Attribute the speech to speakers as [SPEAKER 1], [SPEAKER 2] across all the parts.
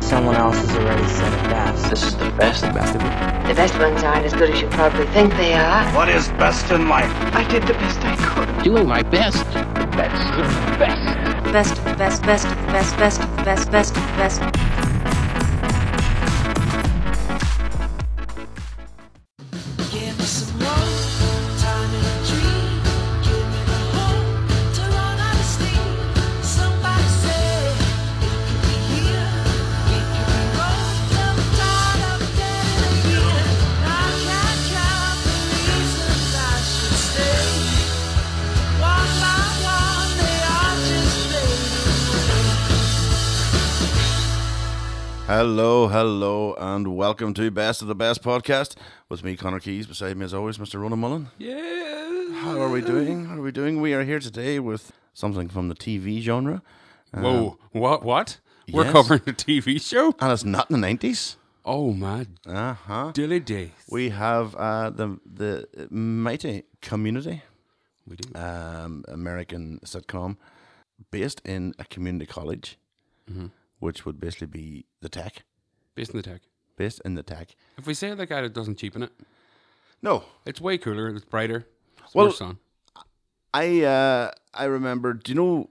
[SPEAKER 1] Someone else has already said it best.
[SPEAKER 2] This is the best.
[SPEAKER 3] The best ones aren't as good as you probably think they are.
[SPEAKER 4] What is best in life?
[SPEAKER 3] I did the best I could.
[SPEAKER 2] Doing my best. That's the best.
[SPEAKER 5] best, best, best, best, best, best, best, best.
[SPEAKER 6] Give me some love, time and a dream. Give me the hope to run out of steam. Somebody say it could be here, it could be gold. I'm tired of getting here. I can't count the reasons I should stay. One by one, they are just fading away.
[SPEAKER 7] Hello, hello, and welcome to Best of the Best podcast. With me, Connor Keys. Beside me, as always, Mr. Ronan Mullen. Yeah. How are we doing? How are we doing? We are here today with something from the TV genre,
[SPEAKER 8] Whoa, what? What? We're
[SPEAKER 7] Um, yes.
[SPEAKER 8] covering a TV show?
[SPEAKER 7] and it's not in the nineties.
[SPEAKER 8] Oh my
[SPEAKER 7] Uh huh.
[SPEAKER 8] dilly days.
[SPEAKER 7] We have uh, the the mighty Community,
[SPEAKER 8] We do.
[SPEAKER 7] um, American sitcom, based in a community college, which would basically be the tech,
[SPEAKER 8] Based on the tech.
[SPEAKER 7] based in the tech.
[SPEAKER 8] If we say it like that, it doesn't cheapen it.
[SPEAKER 7] No,
[SPEAKER 8] It's way cooler. It's brighter. It's
[SPEAKER 7] Well-
[SPEAKER 8] more sun.
[SPEAKER 7] I uh, I remember. Do you know?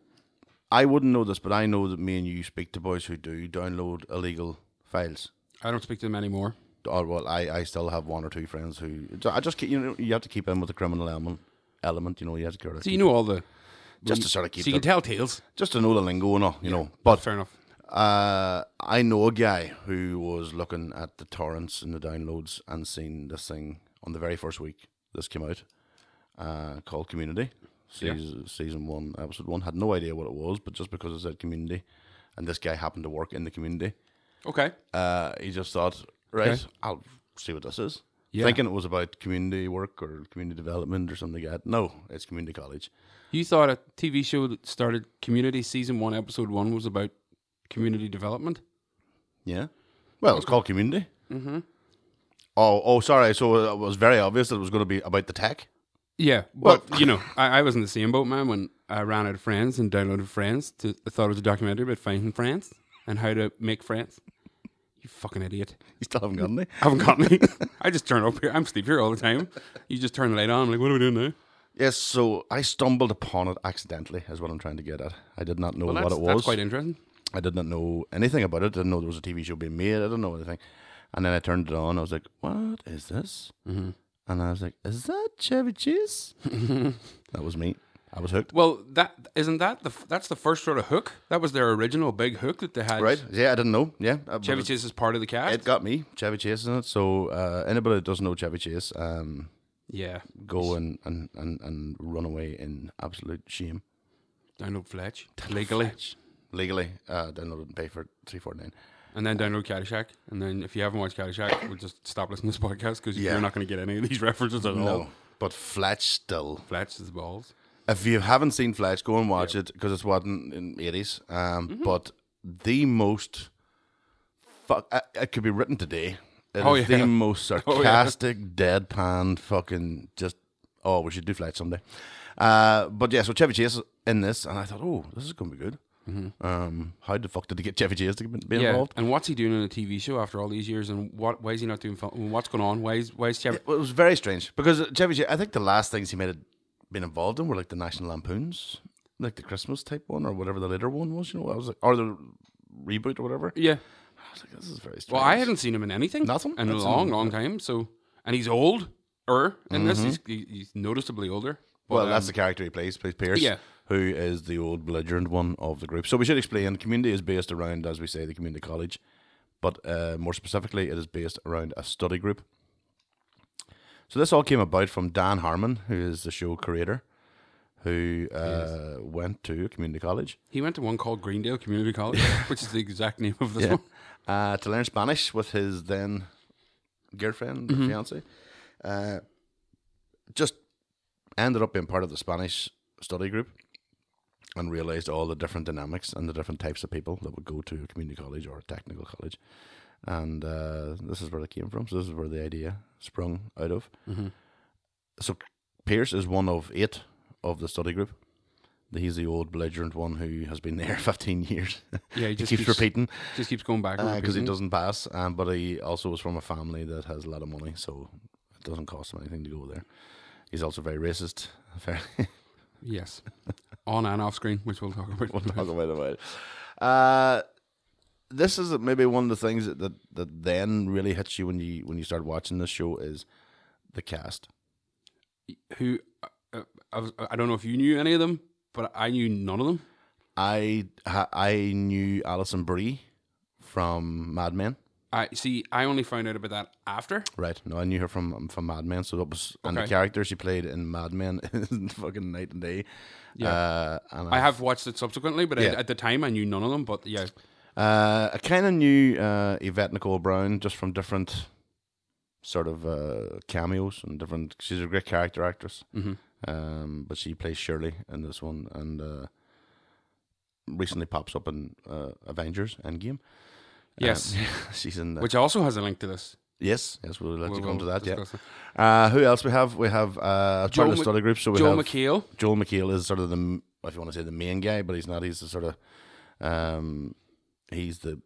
[SPEAKER 7] I wouldn't know this, but I know that me and you speak to boys who do download illegal files.
[SPEAKER 8] I don't speak to them anymore.
[SPEAKER 7] Or well, I, I still have one or two friends who so I just keep, you know you have to keep in with the criminal element element. You know you have to sort of
[SPEAKER 8] So you
[SPEAKER 7] keep-
[SPEAKER 8] know all the.
[SPEAKER 7] just to sort of keep
[SPEAKER 8] So you
[SPEAKER 7] the-
[SPEAKER 8] can tell tales.
[SPEAKER 7] just to know the lingo and all. You know, but
[SPEAKER 8] Fair enough.
[SPEAKER 7] uh, I know a guy who was looking at the torrents and the downloads and seen this thing on the very first week this came out uh, called Community, season, season one, episode one. Had no idea what it was, but just because it said Community and this guy happened to work in the community,
[SPEAKER 8] Okay.
[SPEAKER 7] uh, he just thought, right,
[SPEAKER 8] Okay.
[SPEAKER 7] I'll see what this is.
[SPEAKER 8] Yeah.
[SPEAKER 7] Thinking it was about community work or community development or something like that. No, it's community college.
[SPEAKER 8] You thought a TV show that started Community Season 1, Episode 1 was about community development?
[SPEAKER 7] Yeah. Well, it's called community. Mm-hmm. Oh, oh, sorry. So it was very obvious that it was going to be about the tech.
[SPEAKER 8] Yeah.
[SPEAKER 7] Well-
[SPEAKER 8] But, you know, I, I was in the same boat, man, when I ran out of friends and downloaded Friends. To, I thought it was a documentary about finding friends and how to make friends. You fucking idiot.
[SPEAKER 7] You still haven't gotten it.
[SPEAKER 8] I haven't got any. I just turn up here. I'm sleep here all the time. You just turn the light on. I'm like, what are we doing now?
[SPEAKER 7] Yes. So I stumbled upon it accidentally. Is what I'm trying to get at. I did not know
[SPEAKER 8] Well,
[SPEAKER 7] what
[SPEAKER 8] that's,
[SPEAKER 7] it was.
[SPEAKER 8] that's quite interesting.
[SPEAKER 7] I did not know anything about it. didn't know there was a TV show being made. I didn't know anything. And then I turned it on. I was like, "What is this?" Mm-hmm. And I was like, "Is that Chevy Chase?" that was me. I was hooked.
[SPEAKER 8] Well, that isn't that the f- that's the first sort of hook. That was their original big hook that they had.
[SPEAKER 7] Right? Yeah, I didn't know. Yeah, uh, but
[SPEAKER 8] Chevy
[SPEAKER 7] it-
[SPEAKER 8] Chase is part of the cast.
[SPEAKER 7] It got me. Chevy Chase in it. So uh, anybody that doesn't know Chevy Chase, um,
[SPEAKER 8] yeah.
[SPEAKER 7] go and, and, and, and run away in absolute shame.
[SPEAKER 8] Download Fletch legally,
[SPEAKER 7] Legally, uh, download it and pay for three forty nine.
[SPEAKER 8] and then download Caddyshack. And then if you haven't watched Caddyshack, we'll just stop listening to this podcast because
[SPEAKER 7] Yeah.
[SPEAKER 8] you're not going to get any of these references at all.
[SPEAKER 7] No, but Fletch still.
[SPEAKER 8] Fletch is balls.
[SPEAKER 7] If you haven't seen Fletch, go and watch it 'cause it because it's what in in eighties. Um,
[SPEAKER 8] Mm-hmm.
[SPEAKER 7] but the most fuck, I- it could be written today. It
[SPEAKER 8] Oh,
[SPEAKER 7] is
[SPEAKER 8] yeah.
[SPEAKER 7] the most
[SPEAKER 8] Oh, yeah.
[SPEAKER 7] sarcastic, deadpan, fucking just. Oh, we should do Fletch someday. Uh, but yeah, so Chevy Chase is in this, and I thought, oh, this is gonna be good. Um, how the fuck did they get Chevy Chase to be
[SPEAKER 8] Mm-hmm. Yeah.
[SPEAKER 7] involved?
[SPEAKER 8] And what's he doing in a TV show after all these years? And what? Why is he not doing? Film? What's going on? Why is why is Chevy?
[SPEAKER 7] Well, it was very strange because Chevy Chase. I think the last things he might have been involved in were like the National Lampoons, like the Christmas type one or whatever the later one was. You know, I was like, or the reboot or whatever.
[SPEAKER 8] Yeah.
[SPEAKER 7] I was like, this is very strange.
[SPEAKER 8] Well, I haven't seen him in anything.
[SPEAKER 7] Nothing?
[SPEAKER 8] in
[SPEAKER 7] That's
[SPEAKER 8] a long,
[SPEAKER 7] an-
[SPEAKER 8] long time. So, and he's old, er, in this
[SPEAKER 7] Mm-hmm.
[SPEAKER 8] he's, he- he's noticeably older. But,
[SPEAKER 7] Well, that's
[SPEAKER 8] um,
[SPEAKER 7] the character he plays, plays Pierce.
[SPEAKER 8] Yeah.
[SPEAKER 7] Who is the old belligerent one of the group? So we should explain. Community is based around, as we say, the community college, but uh, more specifically, it is based around a study group. So this all came about from Dan Harmon, who is the show creator, who uh, went to community college.
[SPEAKER 8] he went to one called Greendale Community College, which is the exact name of this
[SPEAKER 7] yeah.
[SPEAKER 8] one.
[SPEAKER 7] uh, to learn Spanish with his then girlfriend, fiance. Uh, just ended up being part of the Spanish study group and realized all the different dynamics and the different types of people that would go to a community college or a technical college. And uh, this is where it came from. So this is where the idea sprung out of. So Pierce is one of eight of the study group. He's the old belligerent one who has been there 15 years.
[SPEAKER 8] Yeah, he
[SPEAKER 7] he
[SPEAKER 8] just
[SPEAKER 7] keeps,
[SPEAKER 8] keeps-
[SPEAKER 7] repeating
[SPEAKER 8] Just keeps going back. and
[SPEAKER 7] because Uh, he
[SPEAKER 8] repeating it.
[SPEAKER 7] doesn't pass. Um, but he also is from a family that has a lot of money, so it doesn't cost him anything to go there. He's also very racist. Fairly.
[SPEAKER 8] Yes. On and off screen, which we'll talk about.
[SPEAKER 7] we'll talk about it later. Uh, this is maybe one of the things that, that that then really hits you when you when you start watching this show is the cast.
[SPEAKER 8] Who uh, I, was, I don't know if you knew any of them, but I knew none of them.
[SPEAKER 7] I ha- I knew Alison Brie from Mad Men.
[SPEAKER 8] I see. I only found out about that after.
[SPEAKER 7] Right. No, I knew her from from Mad Men. So that was and the
[SPEAKER 8] Okay.
[SPEAKER 7] character she played in Mad Men is fucking night and day.
[SPEAKER 8] Yeah.
[SPEAKER 7] Uh, and
[SPEAKER 8] I have watched it subsequently, but I-
[SPEAKER 7] Yeah.
[SPEAKER 8] at the time I knew none of them. But yeah,
[SPEAKER 7] Uh, I kind of knew uh, Yvette Nicole Brown just from different sort of uh, cameos and different. She's a great character actress,
[SPEAKER 8] Mhm.
[SPEAKER 7] um, but she plays Shirley in this one, and uh, recently pops up in uh, Avengers Endgame.
[SPEAKER 8] yes,
[SPEAKER 7] Um, she's in. The,
[SPEAKER 8] which also has a link to this.
[SPEAKER 7] yes, yes, we'll let
[SPEAKER 8] We'll-
[SPEAKER 7] you come
[SPEAKER 8] we'll
[SPEAKER 7] to that. Yeah.
[SPEAKER 8] discuss it.
[SPEAKER 7] Uh, who else we have? We have uh, Joel
[SPEAKER 8] Mc-
[SPEAKER 7] study group. So we
[SPEAKER 8] Joel
[SPEAKER 7] have
[SPEAKER 8] McHale.
[SPEAKER 7] Joel McHale is sort of the m- if you want to say the main guy, but he's not. He's the sort of um, he's the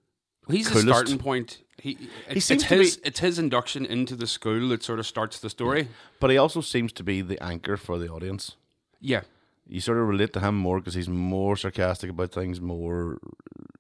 [SPEAKER 8] He's the
[SPEAKER 7] coolest.
[SPEAKER 8] starting point. He, it-
[SPEAKER 7] seems
[SPEAKER 8] it's
[SPEAKER 7] to be-
[SPEAKER 8] his it's his induction into the school that sort of starts the story.
[SPEAKER 7] But he also seems to be the anchor for the audience.
[SPEAKER 8] Yeah,
[SPEAKER 7] You sort of relate to him more because he's more sarcastic about things. More,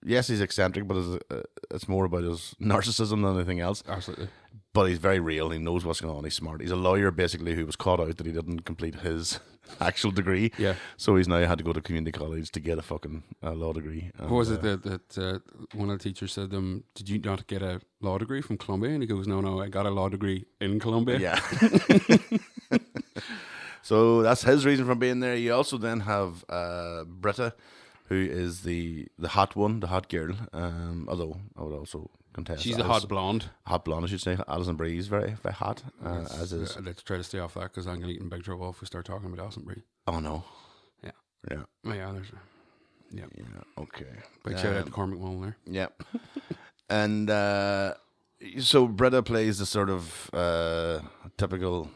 [SPEAKER 7] yes, he's eccentric, but it's, uh, it's more about his narcissism than anything else.
[SPEAKER 8] absolutely.
[SPEAKER 7] But he's very real. He knows what's going on. He's smart. He's a lawyer basically who was caught out that he didn't complete his actual degree.
[SPEAKER 8] Yeah.
[SPEAKER 7] So he's now had to go to community college to get a fucking uh, law degree. And,
[SPEAKER 8] What was
[SPEAKER 7] uh,
[SPEAKER 8] it that, that uh, one of the teachers said to him, Did you not get a law degree from Columbia? And he goes, No, no, I got a law degree in Columbia.
[SPEAKER 7] Yeah. so that's his reason for being there. You also then have uh, Britta, who is the the hot one, the hot girl. Um, although I would also contest
[SPEAKER 8] She's a
[SPEAKER 7] Alice-
[SPEAKER 8] hot blonde.
[SPEAKER 7] hot blonde, I should say. Alison Bree is very very hot, uh, as is.
[SPEAKER 8] Uh, let's try to stay off that because I'm going to get in big trouble if we start talking about Alison Brie.
[SPEAKER 7] Oh no.
[SPEAKER 8] Yeah.
[SPEAKER 7] Yeah.
[SPEAKER 8] Oh, yeah, there's a
[SPEAKER 7] Yeah. Okay.
[SPEAKER 8] big shout out
[SPEAKER 7] Um,
[SPEAKER 8] to Cormac Mullen there.
[SPEAKER 7] Yeah. and uh, so Britta plays the sort of uh, typical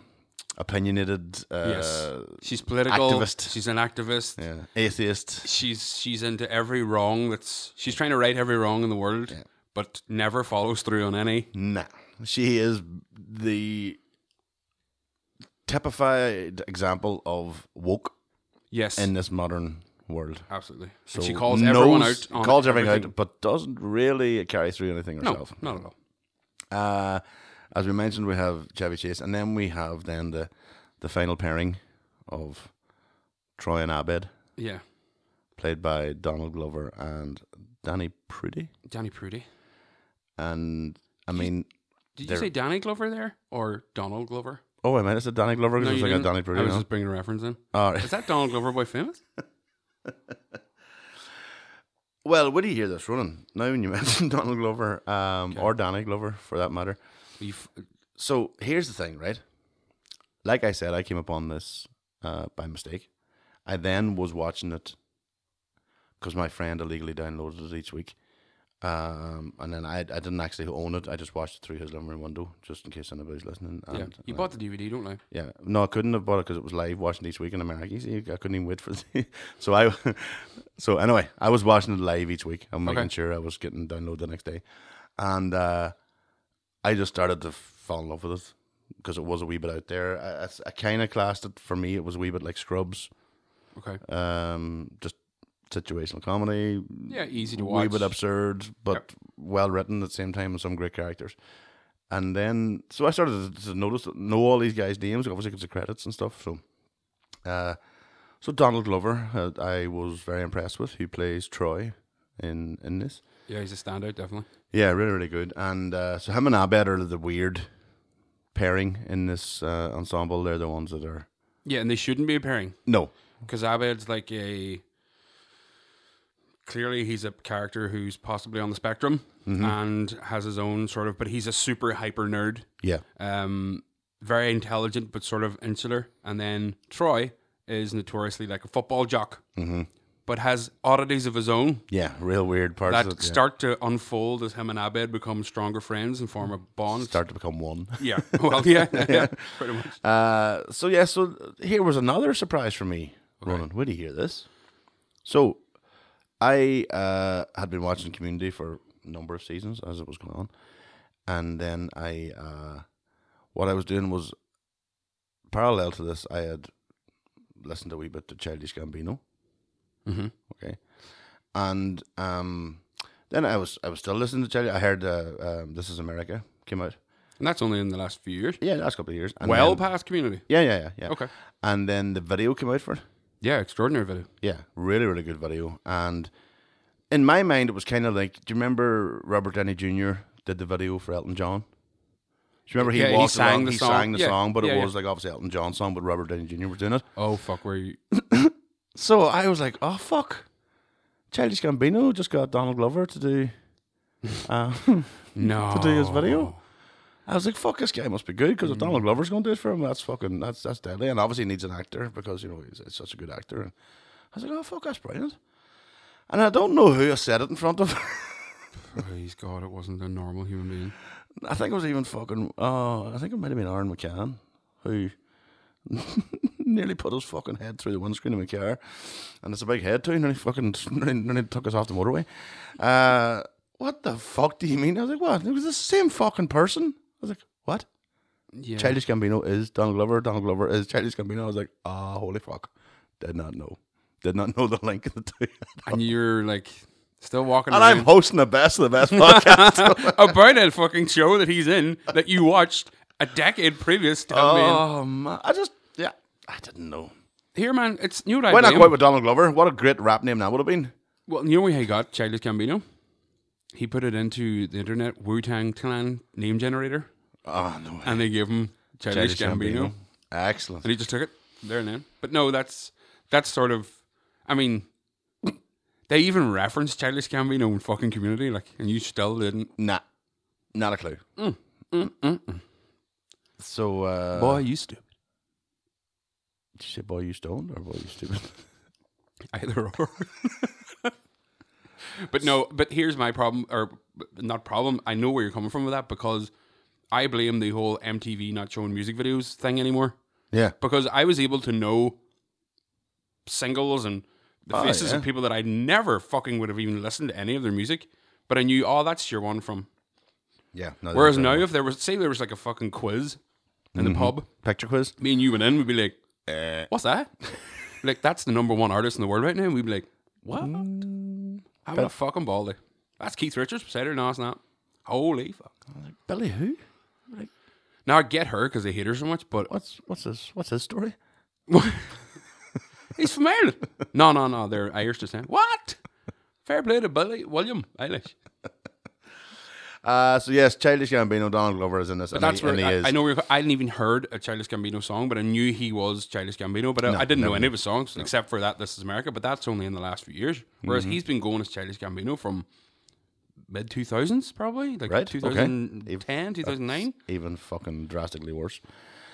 [SPEAKER 7] opinionated uh,
[SPEAKER 8] yes. She's political.
[SPEAKER 7] activist.
[SPEAKER 8] She's an activist.
[SPEAKER 7] yeah, atheist.
[SPEAKER 8] She's she's into every wrong that's. She's trying to right every wrong in the world, but never follows through on any.
[SPEAKER 7] Nah. She is the typified example of woke
[SPEAKER 8] Yes.
[SPEAKER 7] in this modern world.
[SPEAKER 8] absolutely.
[SPEAKER 7] So
[SPEAKER 8] And she calls everyone out.
[SPEAKER 7] knows-
[SPEAKER 8] On
[SPEAKER 7] calls everything, out, but doesn't really carry through anything
[SPEAKER 8] No,
[SPEAKER 7] herself.
[SPEAKER 8] not at all.
[SPEAKER 7] Uh, as we mentioned, we have Chevy Chase, and then we have then the the final pairing of Troy and Abed,
[SPEAKER 8] Yeah.
[SPEAKER 7] played by Donald Glover and Danny Prudy.
[SPEAKER 8] Danny Prudy.
[SPEAKER 7] And I mean,
[SPEAKER 8] Did
[SPEAKER 7] They're-
[SPEAKER 8] you say Danny Glover there or Donald Glover?
[SPEAKER 7] oh, I meant it's a Danny Glover because
[SPEAKER 8] No,
[SPEAKER 7] it's
[SPEAKER 8] you
[SPEAKER 7] like a
[SPEAKER 8] didn't.
[SPEAKER 7] Danny Prudy.
[SPEAKER 8] I was
[SPEAKER 7] no?
[SPEAKER 8] just bringing a reference in.
[SPEAKER 7] All right.
[SPEAKER 8] Is that Donald Glover boy famous?
[SPEAKER 7] Well, when do you hear this, Ronan? Now, when you mention Donald Glover um, or Danny Glover, for that matter.
[SPEAKER 8] You f-
[SPEAKER 7] So here's the thing, right? Like I said, I came upon this uh, by mistake. I then was watching it because my friend illegally downloaded it each week, um, and then I I didn't actually own it. I just watched it through his living room window, just in case anybody's listening. And,
[SPEAKER 8] yeah. You
[SPEAKER 7] uh,
[SPEAKER 8] bought the DVD, don't you?
[SPEAKER 7] yeah, no, I couldn't have bought it because it was live watching each week in America. You see, I couldn't even wait for the. So I, so anyway, I was watching it live each week. I'm making
[SPEAKER 8] Okay.
[SPEAKER 7] sure I was getting download the next day, and uh, I just started to fall in love with it because it was a wee bit out there. I, I, kind of classed it for me. It was a wee bit like Scrubs,
[SPEAKER 8] Okay.
[SPEAKER 7] um, just situational comedy,
[SPEAKER 8] Yeah, easy to
[SPEAKER 7] wee
[SPEAKER 8] watch.
[SPEAKER 7] bit absurd, but well written at the same time, and some great characters. And then, so I started to- to notice, know all these guys' names, obviously because of credits and stuff. So, uh, so Donald Glover, uh, I was very impressed with, who plays Troy in in this.
[SPEAKER 8] Yeah, he's a standout, definitely.
[SPEAKER 7] Yeah, really, really good. And uh, so him and Abed are the weird pairing in this uh, ensemble. They're the ones that are
[SPEAKER 8] Yeah, and they shouldn't be appearing
[SPEAKER 7] no,
[SPEAKER 8] because Abed's like a. Clearly, he's a character who's possibly on the spectrum
[SPEAKER 7] Mm-hmm.
[SPEAKER 8] and has his own sort of, but he's a super hyper nerd.
[SPEAKER 7] yeah,
[SPEAKER 8] um, very intelligent but sort of insular. And then Troy is notoriously like a football jock,
[SPEAKER 7] Mm-hmm.
[SPEAKER 8] but has oddities of his own
[SPEAKER 7] yeah, real weird parts
[SPEAKER 8] that
[SPEAKER 7] of it, yeah.
[SPEAKER 8] start to unfold as him and Abed become stronger friends and form a bond.
[SPEAKER 7] start to become one.
[SPEAKER 8] Yeah, well, yeah, yeah, pretty much.
[SPEAKER 7] Uh, so yeah, so here was another surprise for me, Ronan. Where do you hear this? So, I uh, had been watching Community for a number of seasons as it was going on, and then I, uh, what I was doing was, parallel to this, I had listened a wee bit to Childish Gambino.
[SPEAKER 8] Mhm.
[SPEAKER 7] Okay, and um, then I was I was still listening to Childish. I heard uh, um, This Is America came out.
[SPEAKER 8] And that's only in the last few years.
[SPEAKER 7] Yeah, last couple of years. And
[SPEAKER 8] well
[SPEAKER 7] then-
[SPEAKER 8] past community.
[SPEAKER 7] yeah, yeah, yeah, yeah.
[SPEAKER 8] Okay.
[SPEAKER 7] And then the video came out for it.
[SPEAKER 8] Yeah, extraordinary video.
[SPEAKER 7] Yeah, really, really good video. And in my mind, it was kind of like, do you remember Robert Downey Jr. did the video for Elton John? Do you remember he
[SPEAKER 8] Yeah, he
[SPEAKER 7] walked
[SPEAKER 8] sang
[SPEAKER 7] along,
[SPEAKER 8] the
[SPEAKER 7] he
[SPEAKER 8] song.
[SPEAKER 7] sang the
[SPEAKER 8] Yeah,
[SPEAKER 7] song, but
[SPEAKER 8] yeah,
[SPEAKER 7] it
[SPEAKER 8] yeah.
[SPEAKER 7] was like obviously Elton John's song, but Robert Downey Jr. was doing it.
[SPEAKER 8] Oh fuck, where you?
[SPEAKER 7] So I was like, oh fuck, Childish Gambino just got Donald Glover to do uh,
[SPEAKER 8] No.
[SPEAKER 7] to do his video. I was like, fuck, this guy must be good because if Donald Glover's going to do it for him, that's fucking that's that's deadly. And obviously, he needs an actor because you know he's, he's such a good actor. And I was like, oh fuck, that's brilliant. And I don't know who I said it in front of.
[SPEAKER 8] Praise Oh, God, it wasn't a normal human being.
[SPEAKER 7] I think it was even fucking. Oh, I think it might have been Aaron McCann who nearly put his fucking head through the windscreen of my car, and it's a big head too. Nearly fucking nearly, nearly took us off the motorway. Uh, what the fuck do you mean? I was like, what? It was the same fucking person. I was like, what?
[SPEAKER 8] Yeah.
[SPEAKER 7] Childish Gambino is Donald Glover. Donald Glover is Childish Gambino. I was like, ah, holy fuck, did not know, did not know the link of the two.
[SPEAKER 8] and you're like still walking
[SPEAKER 7] and I'm
[SPEAKER 8] around
[SPEAKER 7] hosting the best of the best podcast.
[SPEAKER 8] about a fucking show that he's in that you watched a decade previous. To him being-
[SPEAKER 7] oh man, I just yeah, I didn't know.
[SPEAKER 8] Here, man, it's you know
[SPEAKER 7] Why
[SPEAKER 8] what I
[SPEAKER 7] not
[SPEAKER 8] blame?
[SPEAKER 7] go out with Donald Glover? What a great rap name that would have been.
[SPEAKER 8] Well, you know where he got Childish Gambino? He put it into the internet Wu Tang Clan name generator,
[SPEAKER 7] Oh no,
[SPEAKER 8] and they gave him Childish, Gambino,
[SPEAKER 7] Excellent.
[SPEAKER 8] and he just took it there and then. But no, that's that's sort of, I mean, they even referenced Childish Gambino in fucking Community, like, and you still didn't.
[SPEAKER 7] Nah, not a clue.
[SPEAKER 8] Mm,
[SPEAKER 7] So, uh,
[SPEAKER 8] you stupid.
[SPEAKER 7] did you say boy, you stoned or boy, you stupid?
[SPEAKER 8] either or. but no, but here's my problem, or not problem. I know where you're coming from with that because I blame the whole MTV not showing music videos thing anymore
[SPEAKER 7] yeah,
[SPEAKER 8] because I was able to know singles and the
[SPEAKER 7] Oh,
[SPEAKER 8] faces
[SPEAKER 7] yeah.
[SPEAKER 8] of people that I never fucking would have even listened to any of their music, but I knew, oh, that's your one from.
[SPEAKER 7] yeah. no, they
[SPEAKER 8] Whereas
[SPEAKER 7] don't
[SPEAKER 8] now,
[SPEAKER 7] know.
[SPEAKER 8] if there was, say, there was like a fucking quiz in the pub,
[SPEAKER 7] picture quiz,
[SPEAKER 8] me and you went in, we'd be like, "Eh, what's that? like, that's the number one artist in the world right now. And we'd be like, what? How about a fucking baldy? That's Keith Richards beside her. No, it's not. Holy fuck.
[SPEAKER 7] Billy who?
[SPEAKER 8] Now I get her because they hate her so much, but
[SPEAKER 7] What's what's his what's his story?
[SPEAKER 8] he's from Ireland. no, no, no. They're Irish descent. What? Fair play to Billy William Eilish.
[SPEAKER 7] Uh, so yes, Childish Gambino, Donald Glover is in this, and,
[SPEAKER 8] But that's
[SPEAKER 7] he, and he
[SPEAKER 8] where
[SPEAKER 7] is.
[SPEAKER 8] I, I know we've, I didn't even heard a Childish Gambino song, but I knew he was Childish Gambino. But I, I didn't know any of his songs except for that "This Is America." But that's only in the last few years. Whereas
[SPEAKER 7] Mm-hmm.
[SPEAKER 8] he's been going as Childish Gambino from mid two thousands, probably like
[SPEAKER 7] Right, okay.
[SPEAKER 8] 2010, 2009.
[SPEAKER 7] even fucking drastically worse.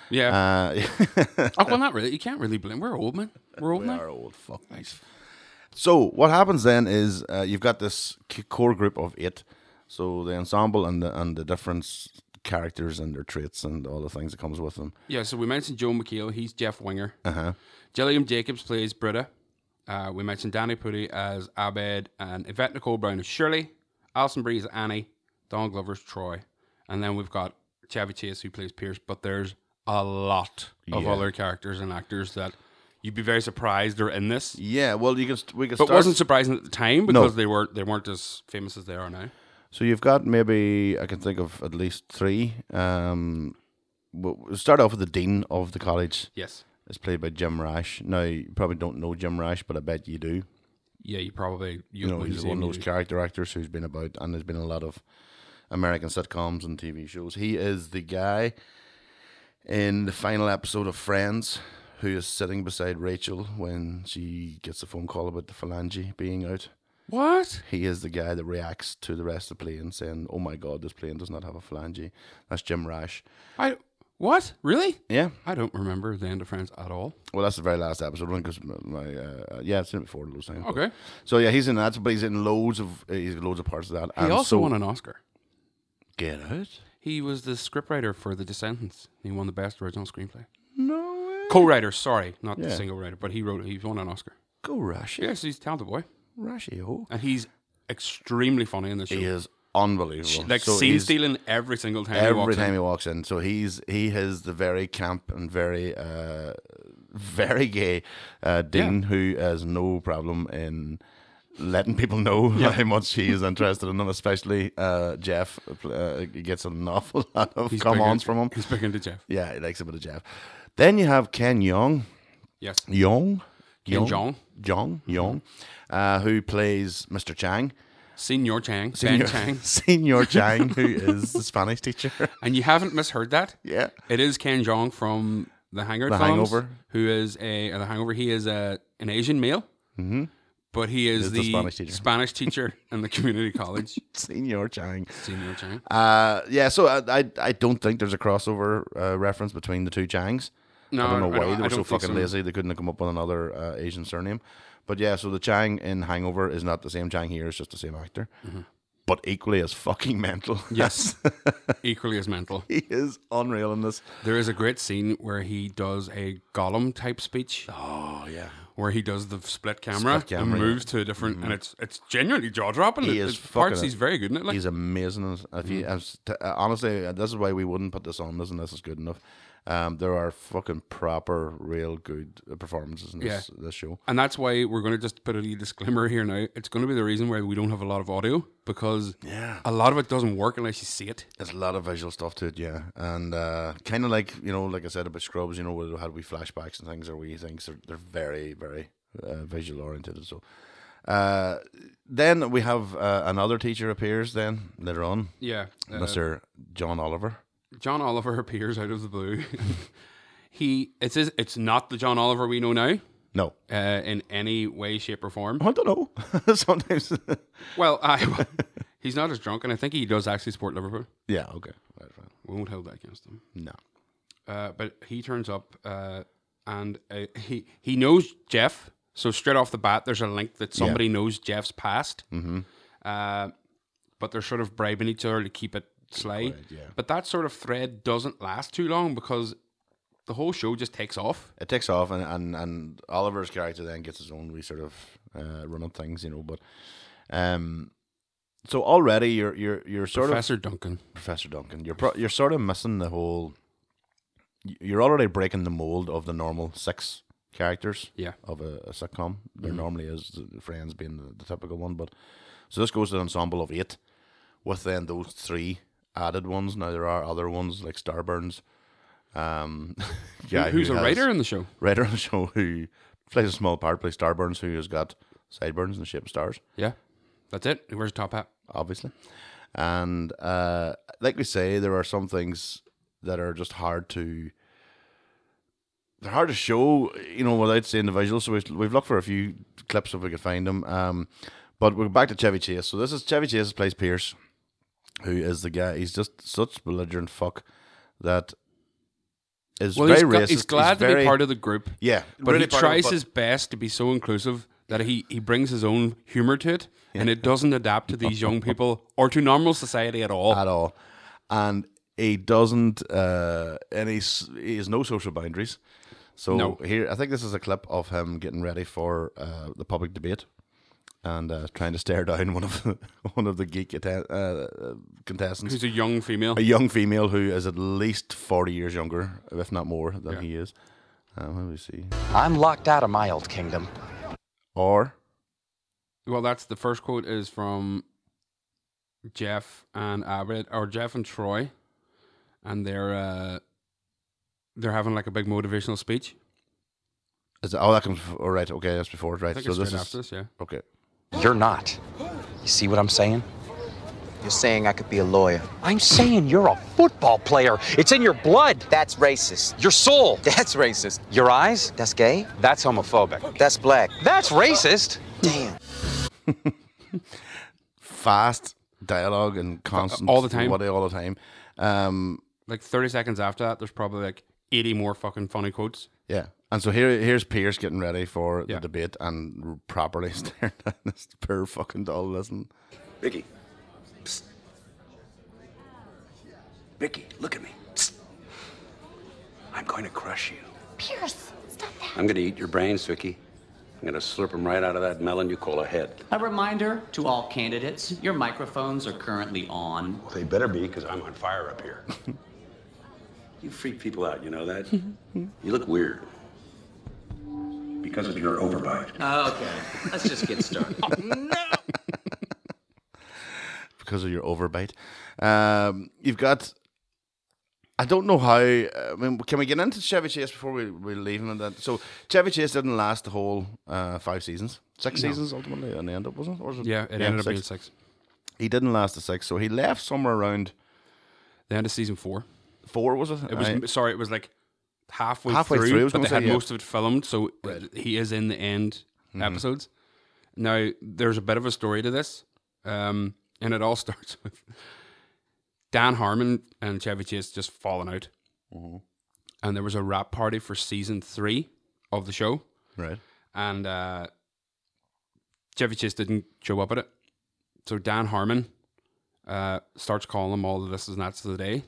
[SPEAKER 8] Yeah.
[SPEAKER 7] Uh,
[SPEAKER 8] oh well, not really. You can't really blame. We're old, man. We're old
[SPEAKER 7] we
[SPEAKER 8] now.
[SPEAKER 7] are old fuck nice. So what happens then is uh, you've got this c- core group of eight. So the ensemble and the and the different s- characters and their traits and all the things that comes with them.
[SPEAKER 8] Yeah. So we mentioned Joe McHale. He's Jeff Winger.
[SPEAKER 7] Uh huh.
[SPEAKER 8] Gilliam Jacobs plays Britta. Uh, we mentioned Danny Pudi as Abed and Yvette Nicole Brown as Shirley. Alison Bree is Annie. Don Glover's Troy. And then we've got Chevy Chase who plays Pierce. But there's a lot of
[SPEAKER 7] Yeah.
[SPEAKER 8] other characters and actors that you'd be very surprised are in this.
[SPEAKER 7] Yeah. Well, you can st- we can
[SPEAKER 8] But
[SPEAKER 7] start.
[SPEAKER 8] wasn't surprising at the time because they weren't they weren't as famous as they are now.
[SPEAKER 7] so you've got maybe I can think of at least three. Um, we'll we'll start off with the dean of the college.
[SPEAKER 8] Yes.
[SPEAKER 7] It's played by Jim Rash. Now you probably don't know Jim Rash, but I bet you do.
[SPEAKER 8] Yeah, you probably you
[SPEAKER 7] you know,
[SPEAKER 8] when you
[SPEAKER 7] he's
[SPEAKER 8] see
[SPEAKER 7] one
[SPEAKER 8] him,
[SPEAKER 7] of those
[SPEAKER 8] you-
[SPEAKER 7] character actors who's been about, and there's been a lot of American sitcoms and TV shows. He is the guy in the final episode of Friends who is sitting beside Rachel when she gets a phone call about the phalange being out.
[SPEAKER 8] What?
[SPEAKER 7] He is the guy that reacts to the rest of the plane saying, Oh my God, this plane does not have a phalange. That's Jim Rash.
[SPEAKER 8] I what? Really?
[SPEAKER 7] Yeah.
[SPEAKER 8] I don't remember the end of Friends at all.
[SPEAKER 7] Well, that's the very last episode. I think it's my, my uh, yeah, I've seen it before. Those things. but-
[SPEAKER 8] Okay.
[SPEAKER 7] So yeah, he's in that, but he's in loads of uh, he's in loads of parts of that.
[SPEAKER 8] He also won an Oscar.
[SPEAKER 7] get out.
[SPEAKER 8] He was the scriptwriter for The Descendants. He won the best original screenplay.
[SPEAKER 7] No way.
[SPEAKER 8] Co-writer, sorry, not the
[SPEAKER 7] Yeah.
[SPEAKER 8] single writer, but he wrote. He won an Oscar.
[SPEAKER 7] Go Rashi.
[SPEAKER 8] Yes, he's a talented boy,
[SPEAKER 7] Rashi, oh.
[SPEAKER 8] and he's extremely funny in this show.
[SPEAKER 7] He is unbelievable.
[SPEAKER 8] Like
[SPEAKER 7] So
[SPEAKER 8] scene
[SPEAKER 7] he's-
[SPEAKER 8] stealing every single time. he
[SPEAKER 7] every
[SPEAKER 8] walks
[SPEAKER 7] time
[SPEAKER 8] in.
[SPEAKER 7] he walks in. So he's he has the very camp and very uh very gay uh Dean who has no problem in letting people know how much he is interested in them, especially uh Jeff uh, gets an awful lot of
[SPEAKER 8] He's
[SPEAKER 7] come
[SPEAKER 8] big
[SPEAKER 7] ons
[SPEAKER 8] into-
[SPEAKER 7] from him.
[SPEAKER 8] He's big into Jeff.
[SPEAKER 7] Yeah, he likes a bit of Jeff. Then you have Ken Young.
[SPEAKER 8] Yes,
[SPEAKER 7] Young.
[SPEAKER 8] Ken Jeong.
[SPEAKER 7] Jong, Young, uh, who plays Mr. Chang,
[SPEAKER 8] Senior Chang,
[SPEAKER 7] Senior
[SPEAKER 8] Ben Chang,
[SPEAKER 7] Senior Chang, who is the Spanish teacher.
[SPEAKER 8] and you haven't misheard that.
[SPEAKER 7] yeah,
[SPEAKER 8] It is Ken Jeong from The Hangover.
[SPEAKER 7] The
[SPEAKER 8] films,
[SPEAKER 7] Hangover.
[SPEAKER 8] Who is a or The Hangover? He is a an Asian male, but he
[SPEAKER 7] He's
[SPEAKER 8] is
[SPEAKER 7] Mm-hmm.
[SPEAKER 8] the,
[SPEAKER 7] the Spanish teacher.
[SPEAKER 8] Spanish teacher in the community college.
[SPEAKER 7] Senior Chang.
[SPEAKER 8] Senior Chang.
[SPEAKER 7] Uh, yeah, so I, I I don't think there's a crossover uh, reference between the two Changs.
[SPEAKER 8] No,
[SPEAKER 7] I don't know
[SPEAKER 8] I
[SPEAKER 7] why
[SPEAKER 8] don't-
[SPEAKER 7] they
[SPEAKER 8] I
[SPEAKER 7] were so
[SPEAKER 8] don't think
[SPEAKER 7] fucking
[SPEAKER 8] so.
[SPEAKER 7] lazy they couldn't have come up with another uh, Asian surname. But yeah, so the Chang in Hangover is not the same Chang here; it's just the same actor, but equally as fucking mental.
[SPEAKER 8] Mm-hmm. Yes, equally as mental.
[SPEAKER 7] he is unreal in this.
[SPEAKER 8] There is a great scene where he does a Gollum type speech. Oh yeah, where he does the split camera,
[SPEAKER 7] Split camera,
[SPEAKER 8] and
[SPEAKER 7] yeah. Mm-hmm.
[SPEAKER 8] moves to a different, and it's it's genuinely jaw dropping.
[SPEAKER 7] He
[SPEAKER 8] It-
[SPEAKER 7] is
[SPEAKER 8] it- parts
[SPEAKER 7] fucking-
[SPEAKER 8] he's very good in it. Like Mm-hmm.
[SPEAKER 7] He's amazing. in this. If you, I was t- uh, honestly, uh, this is why we wouldn't put this on this, and this is good enough. Um, there are fucking proper, real good uh, performances in this, this show.
[SPEAKER 8] And that's why we're going to just put a little disclaimer here now. It's going to be the reason why we don't have a lot of audio because
[SPEAKER 7] Yeah.
[SPEAKER 8] a lot of it doesn't work unless you see it.
[SPEAKER 7] There's a lot of visual stuff to it, yeah, and uh, kind of like you know, like I said about Scrubs, you know, where they had we flashbacks and things or we things. They're, they're very, very uh, visual oriented. So uh, then we have uh, another teacher appears then later on,
[SPEAKER 8] Yeah. Uh,
[SPEAKER 7] Mister John Oliver.
[SPEAKER 8] John Oliver appears out of the blue. he it's his, it's not the John Oliver we know now
[SPEAKER 7] No,
[SPEAKER 8] uh, in any way, shape, or form.
[SPEAKER 7] I don't know. Sometimes,
[SPEAKER 8] Well, I, he's not as drunk, and I think he does actually support Liverpool.
[SPEAKER 7] yeah, okay, right, fine.
[SPEAKER 8] We won't hold that against him.
[SPEAKER 7] No,
[SPEAKER 8] Uh, but he turns up, uh, and uh, he he knows Jeff. So straight off the bat, there's a link that somebody knows Jeff's past. Mm-hmm. Uh, but they're sort of bribing each other to keep it sly.
[SPEAKER 7] yeah.
[SPEAKER 8] But that sort of thread doesn't last too long because the whole show just takes off.
[SPEAKER 7] it takes off, and, and, and Oliver's character then gets his own wee sort of uh, run of things, you know. But um, so already you're you're you're sort of
[SPEAKER 8] Professor Duncan.
[SPEAKER 7] Professor Duncan, you're pro- you're sort of missing the whole. y- You're already breaking the mold of the normal six characters
[SPEAKER 8] Yeah. Mm-hmm.
[SPEAKER 7] of a, a sitcom. There normally is the Friends being the, the typical one, but so this goes to an ensemble of eight, with then those three added ones. Now there are other ones like Starburns, um, guy
[SPEAKER 8] Who's
[SPEAKER 7] who
[SPEAKER 8] a
[SPEAKER 7] has-
[SPEAKER 8] writer in the show?
[SPEAKER 7] writer on the show who plays a small part, plays Starburns, who has got sideburns in the shape of stars
[SPEAKER 8] Yeah. That's it. He wears a top hat.
[SPEAKER 7] obviously. And uh, like we say, there are some things that are just hard to they're hard to show, you know, without seeing the visuals. So we've, we've looked for a few clips if we could find them. Um, but we're back to Chevy Chase. So this is Chevy Chase plays Pierce, who is the guy. He's just such belligerent fuck that is
[SPEAKER 8] Well,
[SPEAKER 7] very
[SPEAKER 8] he's, gl-
[SPEAKER 7] racist.
[SPEAKER 8] he's glad to
[SPEAKER 7] very-
[SPEAKER 8] be part of the group.
[SPEAKER 7] Yeah,
[SPEAKER 8] but
[SPEAKER 7] really
[SPEAKER 8] he
[SPEAKER 7] part of it,
[SPEAKER 8] tries
[SPEAKER 7] but-
[SPEAKER 8] his best to be so inclusive that he, he brings his own humor to it and it doesn't adapt to these young people or to normal society at all.
[SPEAKER 7] at all, and he doesn't. Uh, and he's he has no social boundaries. So
[SPEAKER 8] No.
[SPEAKER 7] here, I think this is a clip of him getting ready for uh, the public debate and uh, trying to stare down one of the, one of the geek atten- uh, contestants,
[SPEAKER 8] Who's a young female.
[SPEAKER 7] a young female who is at least forty years younger, if not more, than he is. Um, let me see.
[SPEAKER 2] I'm locked out of my old kingdom.
[SPEAKER 7] Or
[SPEAKER 8] Well, that's the first quote is from Jeff and Abed or Jeff and Troy, and they're uh, they're having like a big motivational speech.
[SPEAKER 7] is it, oh, that comes. All right, okay, that's before it,
[SPEAKER 8] I
[SPEAKER 7] right?
[SPEAKER 8] think
[SPEAKER 7] So
[SPEAKER 8] it's
[SPEAKER 7] this
[SPEAKER 8] straight
[SPEAKER 7] is
[SPEAKER 8] after this, yeah.
[SPEAKER 7] okay.
[SPEAKER 2] You're not. You see what I'm saying?
[SPEAKER 4] You're saying I could be a lawyer.
[SPEAKER 2] I'm saying you're a football player. It's in your blood,
[SPEAKER 4] That's racist.
[SPEAKER 2] your soul,
[SPEAKER 4] That's racist.
[SPEAKER 2] your eyes.
[SPEAKER 4] That's gay.
[SPEAKER 2] That's homophobic.
[SPEAKER 4] That's black.
[SPEAKER 2] That's racist.
[SPEAKER 4] Damn.
[SPEAKER 7] Fast dialogue and constant
[SPEAKER 8] all the time.
[SPEAKER 7] what all the time. Um,
[SPEAKER 8] Like thirty seconds after that, there's probably like eighty more fucking funny quotes.
[SPEAKER 7] Yeah. And so here, here's Pierce getting ready for the
[SPEAKER 8] Yeah.
[SPEAKER 7] debate and r- properly staring at this poor fucking doll. Listen,
[SPEAKER 9] Vicky. Psst. Vicky, look at me. Psst. I'm going to crush you.
[SPEAKER 10] Pierce, stop that.
[SPEAKER 9] I'm going to eat your brains, Vicky. I'm gonna slurp him right out of that melon you call a head.
[SPEAKER 10] A reminder to all candidates your microphones are currently on.
[SPEAKER 9] Well, they better be, because I'm on fire up here. you freak people out, you know that? you look weird. Because of your overbite.
[SPEAKER 10] Okay, let's just get started.
[SPEAKER 7] because of your overbite. Um, you've got. I don't know how. I mean, can we get into Chevy Chase before we, we leave him? And that so Chevy Chase didn't last the whole uh, five seasons, six seasons ultimately, and the end up wasn't. it? Or was it
[SPEAKER 8] Yeah, it ended up being six.
[SPEAKER 7] He didn't last the six, so he left somewhere around
[SPEAKER 8] The end of season four.
[SPEAKER 7] four. Was it?
[SPEAKER 8] It was
[SPEAKER 7] Aye.
[SPEAKER 8] sorry, it was like halfway,
[SPEAKER 7] Halfway
[SPEAKER 8] through,
[SPEAKER 7] through, I was
[SPEAKER 8] but
[SPEAKER 7] gonna
[SPEAKER 8] they
[SPEAKER 7] say,
[SPEAKER 8] had
[SPEAKER 7] yeah. Mm-hmm.
[SPEAKER 8] most of it filmed, so uh, he is in the end episodes. Now there's a bit of a story to this, um, and it all starts with Dan Harmon and Chevy Chase just falling out,
[SPEAKER 7] Mm-hmm.
[SPEAKER 8] and there was a rap party for season three of the show,
[SPEAKER 7] right.
[SPEAKER 8] and uh, Chevy Chase didn't show up at it, so Dan Harmon uh, starts calling them all the this and that's of the day,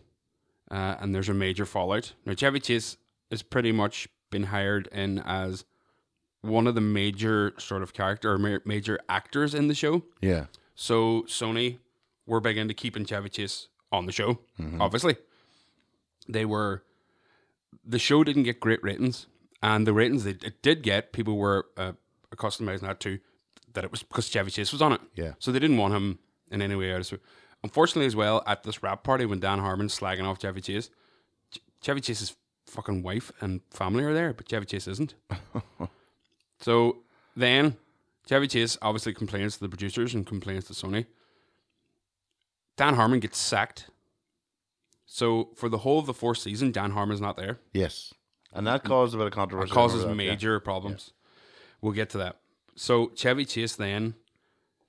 [SPEAKER 8] uh, and there's a major fallout. Now Chevy Chase has pretty much been hired in as one of the major sort of character or ma- major actors in the show.
[SPEAKER 7] Yeah.
[SPEAKER 8] So Sony were big into keeping Chevy Chase on the show. Obviously, they were. The show didn't get great ratings, and the ratings that it did get, people were uh, accustomed to that too, that it was because Chevy Chase was on it.
[SPEAKER 7] Yeah.
[SPEAKER 8] So they didn't want him in any way out of. Unfortunately, as well, at this rap party when Dan Harmon's slagging off Chevy Chase, Ch- Chevy Chase's fucking wife and family are there, but Chevy Chase isn't. So then Chevy Chase obviously complains to the producers and complains to Sony. Dan Harmon gets sacked. So for the whole of the fourth season, Dan Harmon's not there.
[SPEAKER 7] Yes. And that caused a bit of
[SPEAKER 8] It
[SPEAKER 7] controversy. I
[SPEAKER 8] causes
[SPEAKER 7] remember that, yeah.
[SPEAKER 8] major problems. We'll get to that. So Chevy Chase then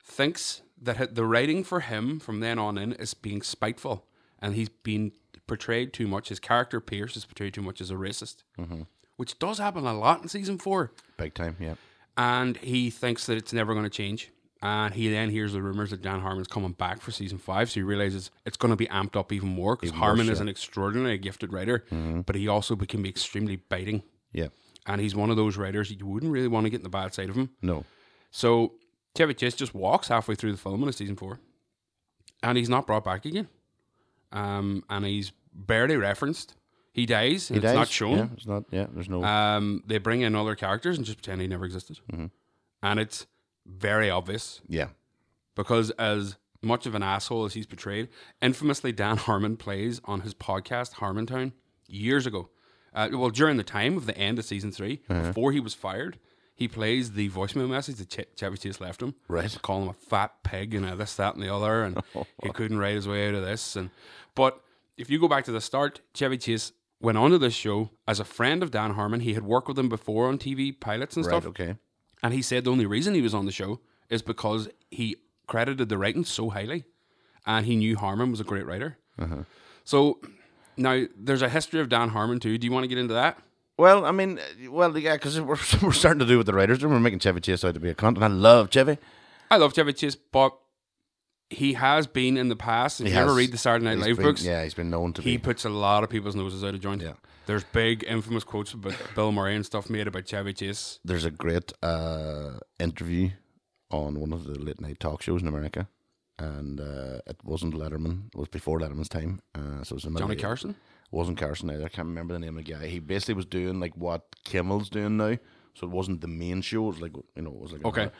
[SPEAKER 8] thinks that hi- the writing for him from then on in is being spiteful, and he's been portrayed too much. His character Pierce is portrayed too much as a racist,
[SPEAKER 7] Mm-hmm.
[SPEAKER 8] which does happen a lot in season four
[SPEAKER 7] Big time. Yeah.
[SPEAKER 8] and he thinks that it's never going to change. And he then hears the rumors that Dan Harmon's coming back for season five, so he realizes it's going to be amped up even more because Harmon is an extraordinarily gifted writer,
[SPEAKER 7] Mm-hmm.
[SPEAKER 8] but he also be- can be extremely biting.
[SPEAKER 7] Yeah.
[SPEAKER 8] And he's one of those writers you wouldn't really want to get in the bad side of him.
[SPEAKER 7] No.
[SPEAKER 8] So Chevy Chase just walks halfway through the film in season four, and he's not brought back again. Um, and he's barely referenced. He dies. And
[SPEAKER 7] He
[SPEAKER 8] it's
[SPEAKER 7] dies.
[SPEAKER 8] not shown.
[SPEAKER 7] Yeah. It's not. Yeah. There's no.
[SPEAKER 8] Um, they bring in other characters and just pretend he never existed, and it's very obvious
[SPEAKER 7] yeah.
[SPEAKER 8] because as much of an asshole as he's portrayed, infamously Dan Harmon plays on his podcast Harmontown years ago. Uh, well, during the time of the end of season 3
[SPEAKER 7] Uh-huh.
[SPEAKER 8] before he was fired, he plays the voicemail message that Ch- Chevy Chase left him,
[SPEAKER 7] Right. Oh.
[SPEAKER 8] calling him a fat pig and a this, that, and the other, and he couldn't write his way out of this. And but if you go back to the start, Chevy Chase went onto this show as a friend of Dan Harmon. He had worked with him before on TV pilots and
[SPEAKER 7] Right.
[SPEAKER 8] stuff.
[SPEAKER 7] Okay.
[SPEAKER 8] And he said the only reason he was on the show is because he credited the writing so highly and he knew Harmon was a great writer.
[SPEAKER 7] Uh-huh.
[SPEAKER 8] So now there's a history of Dan Harmon too. Do you want to get into that?
[SPEAKER 7] Well, I mean, uh, well, yeah, because we're, we're starting to do with the writers, and we're making Chevy Chase out to be a cunt, and I love Chevy.
[SPEAKER 8] I love Chevy Chase, but he has been in the past. If
[SPEAKER 7] He
[SPEAKER 8] you ever
[SPEAKER 7] has-
[SPEAKER 8] read the Saturday Night
[SPEAKER 7] he's
[SPEAKER 8] Live
[SPEAKER 7] been-
[SPEAKER 8] books,
[SPEAKER 7] Yeah, he's been known to
[SPEAKER 8] he
[SPEAKER 7] be.
[SPEAKER 8] puts a lot of people's noses out of joint.
[SPEAKER 7] Yeah.
[SPEAKER 8] There's big infamous quotes about Bill Murray and stuff made about Chevy Chase.
[SPEAKER 7] There's a great uh, interview on one of the late night talk shows in America, and uh, it wasn't Letterman. It was before Letterman's time. Uh, so it was
[SPEAKER 8] Johnny Carson?
[SPEAKER 7] wasn't Carson either. I can't remember the name of the guy. He basically was doing like what Kimmel's doing now. So it wasn't the main show. It was like you know, it was like
[SPEAKER 8] Okay.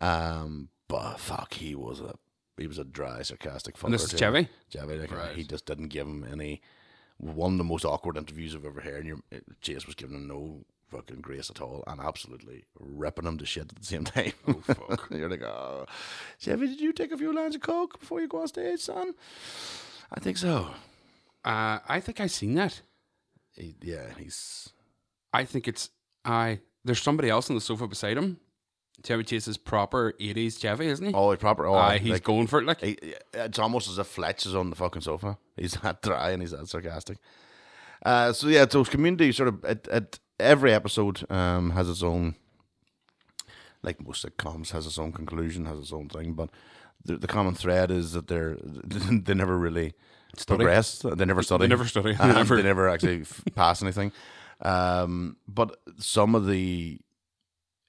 [SPEAKER 7] another- Um, but fuck, he was a he was a dry, sarcastic fucker.
[SPEAKER 8] And this is
[SPEAKER 7] too.
[SPEAKER 8] Chevy?
[SPEAKER 7] Chevy, like, he just didn't give him any. One of the most awkward interviews I've ever heard. And your Chase was giving him no fucking grace at all, and absolutely ripping him to shit at the same time. Oh fuck! You're like, oh, Chevy, did you take a few lines of coke before you go on stage, son? I think so.
[SPEAKER 8] Uh, I think I seen that.
[SPEAKER 7] He, yeah, he's
[SPEAKER 8] I think it's I. There's somebody else on the sofa beside him. Chevy Chase is proper '80s Chevy, isn't he?
[SPEAKER 7] Oh, he's proper. Oh,
[SPEAKER 8] Aye, he's
[SPEAKER 7] like,
[SPEAKER 8] going for it. Like
[SPEAKER 7] he- it's almost as if Fletch is on the fucking sofa. He's that dry and he's that sarcastic. Uh, so yeah, so it's community sort of at, at every episode um, has its own, like most sitcoms, has its own conclusion, has its own thing. But the, the common thread is that they're they never really progress. They never study.
[SPEAKER 8] They never study. They
[SPEAKER 7] And
[SPEAKER 8] never-
[SPEAKER 7] they never actually f- pass anything. Um, but some of the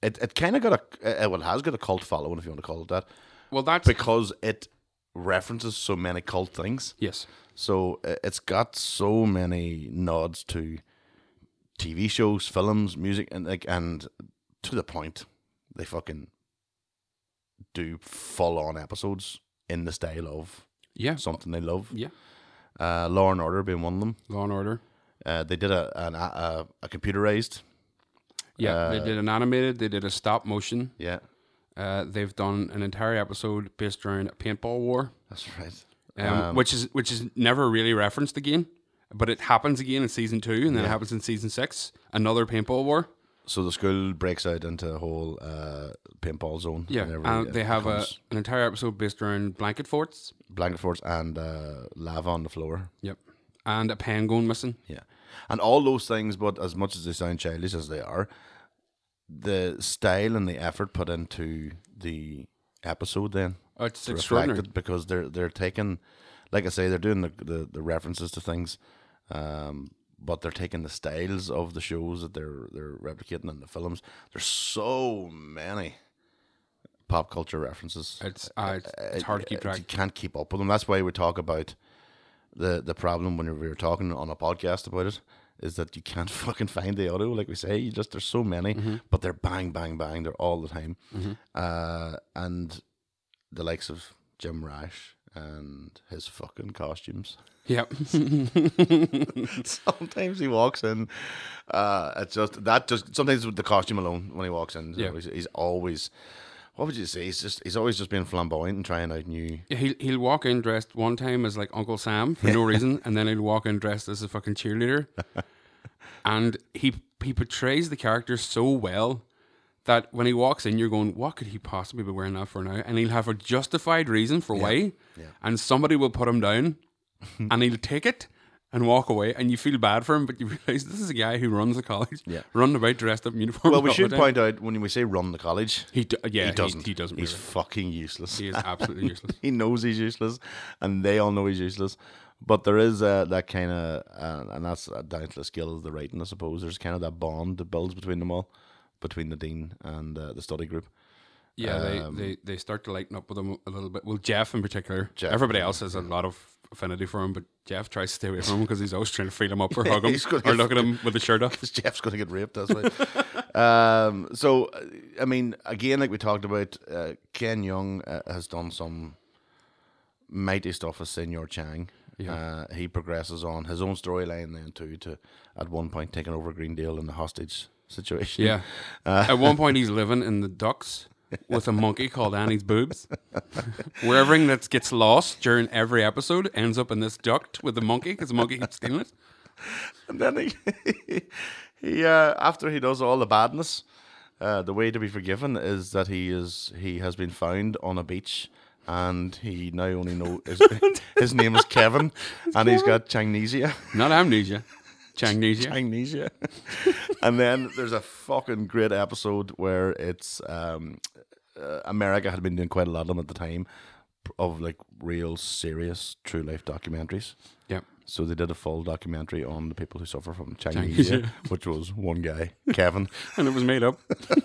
[SPEAKER 7] It it kind of got a uh, well, it has got a cult following if you want to call it that,
[SPEAKER 8] Well, that's
[SPEAKER 7] because it references so many cult things.
[SPEAKER 8] yes,
[SPEAKER 7] So uh, it's got so many nods to TV shows, films, music, and like and to the point, they fucking do full on episodes in the style of
[SPEAKER 8] yeah,
[SPEAKER 7] something they love.
[SPEAKER 8] yeah.
[SPEAKER 7] Uh, Law and Order being one of them.
[SPEAKER 8] Law and Order.
[SPEAKER 7] Uh, they did a an, a, a computerized.
[SPEAKER 8] Yeah, they
[SPEAKER 7] Uh,
[SPEAKER 8] did an animated. They did a stop motion.
[SPEAKER 7] Yeah,
[SPEAKER 8] Uh, they've done an entire episode based around a paintball war,
[SPEAKER 7] that's right.
[SPEAKER 8] um, which is which is never really referenced again, but it happens again in season two, and then it happens in season six. Another paintball war.
[SPEAKER 7] So the school breaks out into a whole uh, paintball zone.
[SPEAKER 8] Yeah,
[SPEAKER 7] and
[SPEAKER 8] and
[SPEAKER 7] everybody, uh,
[SPEAKER 8] they have a,
[SPEAKER 7] becomes
[SPEAKER 8] an entire episode based around blanket forts.
[SPEAKER 7] blanket forts and uh, lava on the floor.
[SPEAKER 8] Yep, and a pen going missing.
[SPEAKER 7] Yeah. And all those things, but as much as they sound childish as they are, the style and the effort put into the episode then
[SPEAKER 8] Oh, it's
[SPEAKER 7] to reflect
[SPEAKER 8] extraordinary.
[SPEAKER 7] it, because they're they're taking like I say, they're doing the, the, the references to things, um, but they're taking the styles of the shows that they're they're replicating in the films. There's so many pop culture references
[SPEAKER 8] It's uh, it's, it's hard to keep
[SPEAKER 7] uh,
[SPEAKER 8] track.
[SPEAKER 7] You can't keep up with them. That's why we talk about the the problem when we were talking on a podcast about it is that you can't fucking find the audio. Like we say, you just there's so many, but they're bang, bang, bang. They're all the time, uh, and the likes of Jim Rash and his fucking costumes.
[SPEAKER 8] Yep.
[SPEAKER 7] sometimes he walks in. Uh, it's just that just sometimes with the costume alone when he walks in,
[SPEAKER 8] Yeah.
[SPEAKER 7] he's, he's always. What would you say? He's just he's always just being flamboyant and trying out new
[SPEAKER 8] He'll, he'll walk in dressed one time as like Uncle Sam for no reason, and then he'll walk in dressed as a fucking cheerleader. and he he portrays the character so well that when he walks in, you're going, "What could he possibly be wearing that for now?" And he'll have a justified reason for why, and somebody will put him down, and he'll take it and walk away, and you feel bad for him, but you realize this is a guy who runs the college,
[SPEAKER 7] Yeah.
[SPEAKER 8] running about dressed up in uniform.
[SPEAKER 7] Well, we
[SPEAKER 8] all the
[SPEAKER 7] should
[SPEAKER 8] time.
[SPEAKER 7] point out when we say run the college,
[SPEAKER 8] He do- yeah,
[SPEAKER 7] he doesn't.
[SPEAKER 8] He, doesn't.
[SPEAKER 7] He's
[SPEAKER 8] really.
[SPEAKER 7] fucking useless.
[SPEAKER 8] He is absolutely useless.
[SPEAKER 7] He knows he's useless, and they all know he's useless. But there is uh, that kind of, uh, and that's uh, down to the skill of the writing, I suppose. There's kind of that bond that builds between them all, between the dean and uh, the study group.
[SPEAKER 8] Yeah,
[SPEAKER 7] Um,
[SPEAKER 8] they, they they start to lighten up with him a little bit. Well, Jeff in particular.
[SPEAKER 7] Jeff,
[SPEAKER 8] Everybody else has a lot of affinity for him, but Jeff tries to stay away from him because he's always trying to feel him up or hug him
[SPEAKER 7] He's gonna
[SPEAKER 8] or
[SPEAKER 7] get
[SPEAKER 8] look at him with the shirt off.
[SPEAKER 7] Because Jeff's going to get raped, that's right. um, so, uh, I mean, again, like we talked about, uh, Ken Young uh, has done some mighty stuff as Senor Chang. Uh, he progresses on his own storyline then too to at one point taking over Greendale in the hostage situation.
[SPEAKER 8] Yeah. At one point, he's living in the docks with a monkey called Annie's boobs. Where everything that gets lost during every episode ends up in this duct with the monkey because the monkey keeps stealing it.
[SPEAKER 7] And then he, he uh, after he does all the badness, uh, the way to be forgiven is that he is he has been found on a beach, and he now only know his, his name is Kevin, and he's got Changnesia.
[SPEAKER 8] Not amnesia, Changnesia.
[SPEAKER 7] Amnesia. and then there's a fucking great episode where it's um, uh, America had been doing quite a lot of them at the time of like real serious true life documentaries.
[SPEAKER 8] Yep.
[SPEAKER 7] So they did a full documentary on the people who suffer from Chinese, which was one guy, Kevin.
[SPEAKER 8] And it was made up. Kevin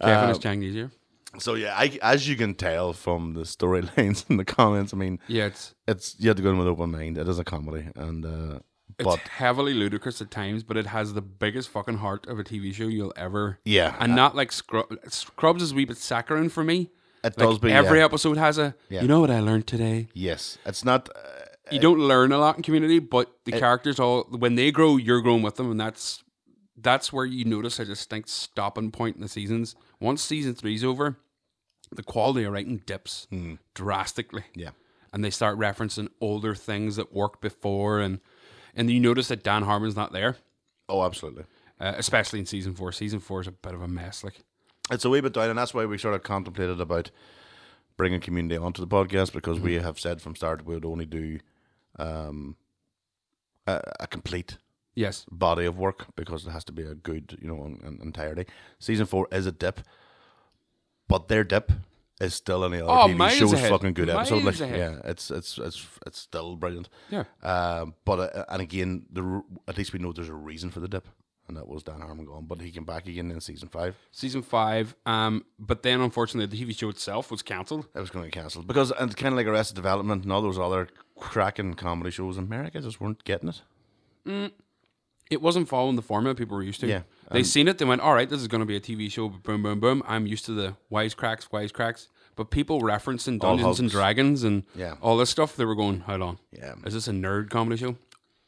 [SPEAKER 7] Uh,
[SPEAKER 8] is Changnesia.
[SPEAKER 7] So yeah, I, as you can tell from the storylines and the comments, I mean,
[SPEAKER 8] Yeah, it's.
[SPEAKER 7] it's you have to go in with an open mind. It is a comedy, and uh, but
[SPEAKER 8] it's heavily ludicrous at times, but it has the biggest fucking heart of a TV show you'll ever.
[SPEAKER 7] Yeah.
[SPEAKER 8] and not like Scrub- Scrubs is a wee bit saccharine for me.
[SPEAKER 7] it
[SPEAKER 8] Like
[SPEAKER 7] does be
[SPEAKER 8] every
[SPEAKER 7] yeah.
[SPEAKER 8] episode has a.
[SPEAKER 7] Yeah.
[SPEAKER 8] You know what I learned today.
[SPEAKER 7] yes, it's not. Uh,
[SPEAKER 8] You don't learn a lot in Community, but the characters all when they grow, you're growing with them, and that's that's where you notice a distinct stopping point in the seasons. Once season three's over, the quality of writing dips drastically
[SPEAKER 7] Hmm. yeah,
[SPEAKER 8] and they start referencing older things that worked before, and and you notice that Dan Harmon's not there.
[SPEAKER 7] oh, absolutely.
[SPEAKER 8] uh, especially in season four. Season four is a bit of a mess. Like,
[SPEAKER 7] it's a wee bit down, and that's why we sort of contemplated about bringing community onto the podcast because we
[SPEAKER 8] Mm-hmm.
[SPEAKER 7] have said from start we would only do um, a, a complete
[SPEAKER 8] yes,
[SPEAKER 7] body of work because it has to be a good, you know, an, an entirety. Season four is a dip, but their dip is still any other
[SPEAKER 8] Oh,
[SPEAKER 7] TV
[SPEAKER 8] miles
[SPEAKER 7] show's
[SPEAKER 8] ahead.
[SPEAKER 7] fucking good episode. Like,
[SPEAKER 8] Miles ahead.
[SPEAKER 7] yeah, it's it's it's it's still brilliant. uh,
[SPEAKER 8] yeah,
[SPEAKER 7] Um, but uh, and again, the r- at least we know there's a reason for the dip. and that was Dan Harmon gone. But he came back again in season five.
[SPEAKER 8] Season five. Um, but then unfortunately, the TV show itself was cancelled.
[SPEAKER 7] It was going to get cancelled because and it's kind of like Arrested Development and all those other cracking comedy shows. in America just weren't getting it.
[SPEAKER 8] It wasn't following the format people were used to.
[SPEAKER 7] Yeah, um,
[SPEAKER 8] they seen it. They went, "All right, this is going to be a TV show." But boom, boom, boom. I'm used to the wisecracks, wisecracks. But people referencing
[SPEAKER 7] All
[SPEAKER 8] Dungeons and
[SPEAKER 7] hoax.
[SPEAKER 8] Dragons and
[SPEAKER 7] Yeah.
[SPEAKER 8] all this stuff, they were going, "How long?
[SPEAKER 7] Yeah.
[SPEAKER 8] Is this a nerd comedy show?"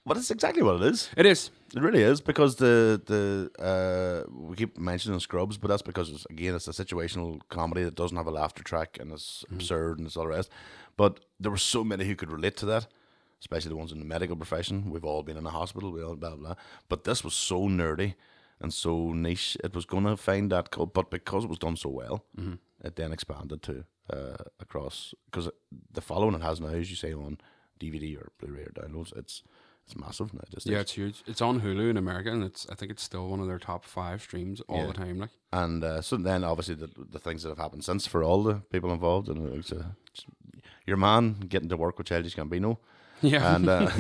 [SPEAKER 7] But it's exactly what it is.
[SPEAKER 8] It is.
[SPEAKER 7] It really is because the the uh, we keep mentioning Scrubs, but that's because it's, again it's a situational comedy that doesn't have a laughter track and it's
[SPEAKER 8] Hmm.
[SPEAKER 7] absurd and it's all the rest. But there were so many who could relate to that, especially the ones in the medical profession. We've all been in a hospital, we all blah blah. But this was so nerdy and so niche. It was going to find that, cult, but because it was done so well,
[SPEAKER 8] Mm-hmm.
[SPEAKER 7] it then expanded to uh, across because the following it has now, as you say, on DVD or Blu-ray or downloads, it's it's massive now. Just
[SPEAKER 8] Yeah, it's huge. It's on Hulu in America, and it's I think it's still one of their top five streams all the time. Like,
[SPEAKER 7] And uh, so then, obviously, the, the things that have happened since for all the people involved, and it's uh your man getting to work with Childish Gambino,
[SPEAKER 8] yeah.
[SPEAKER 7] and uh,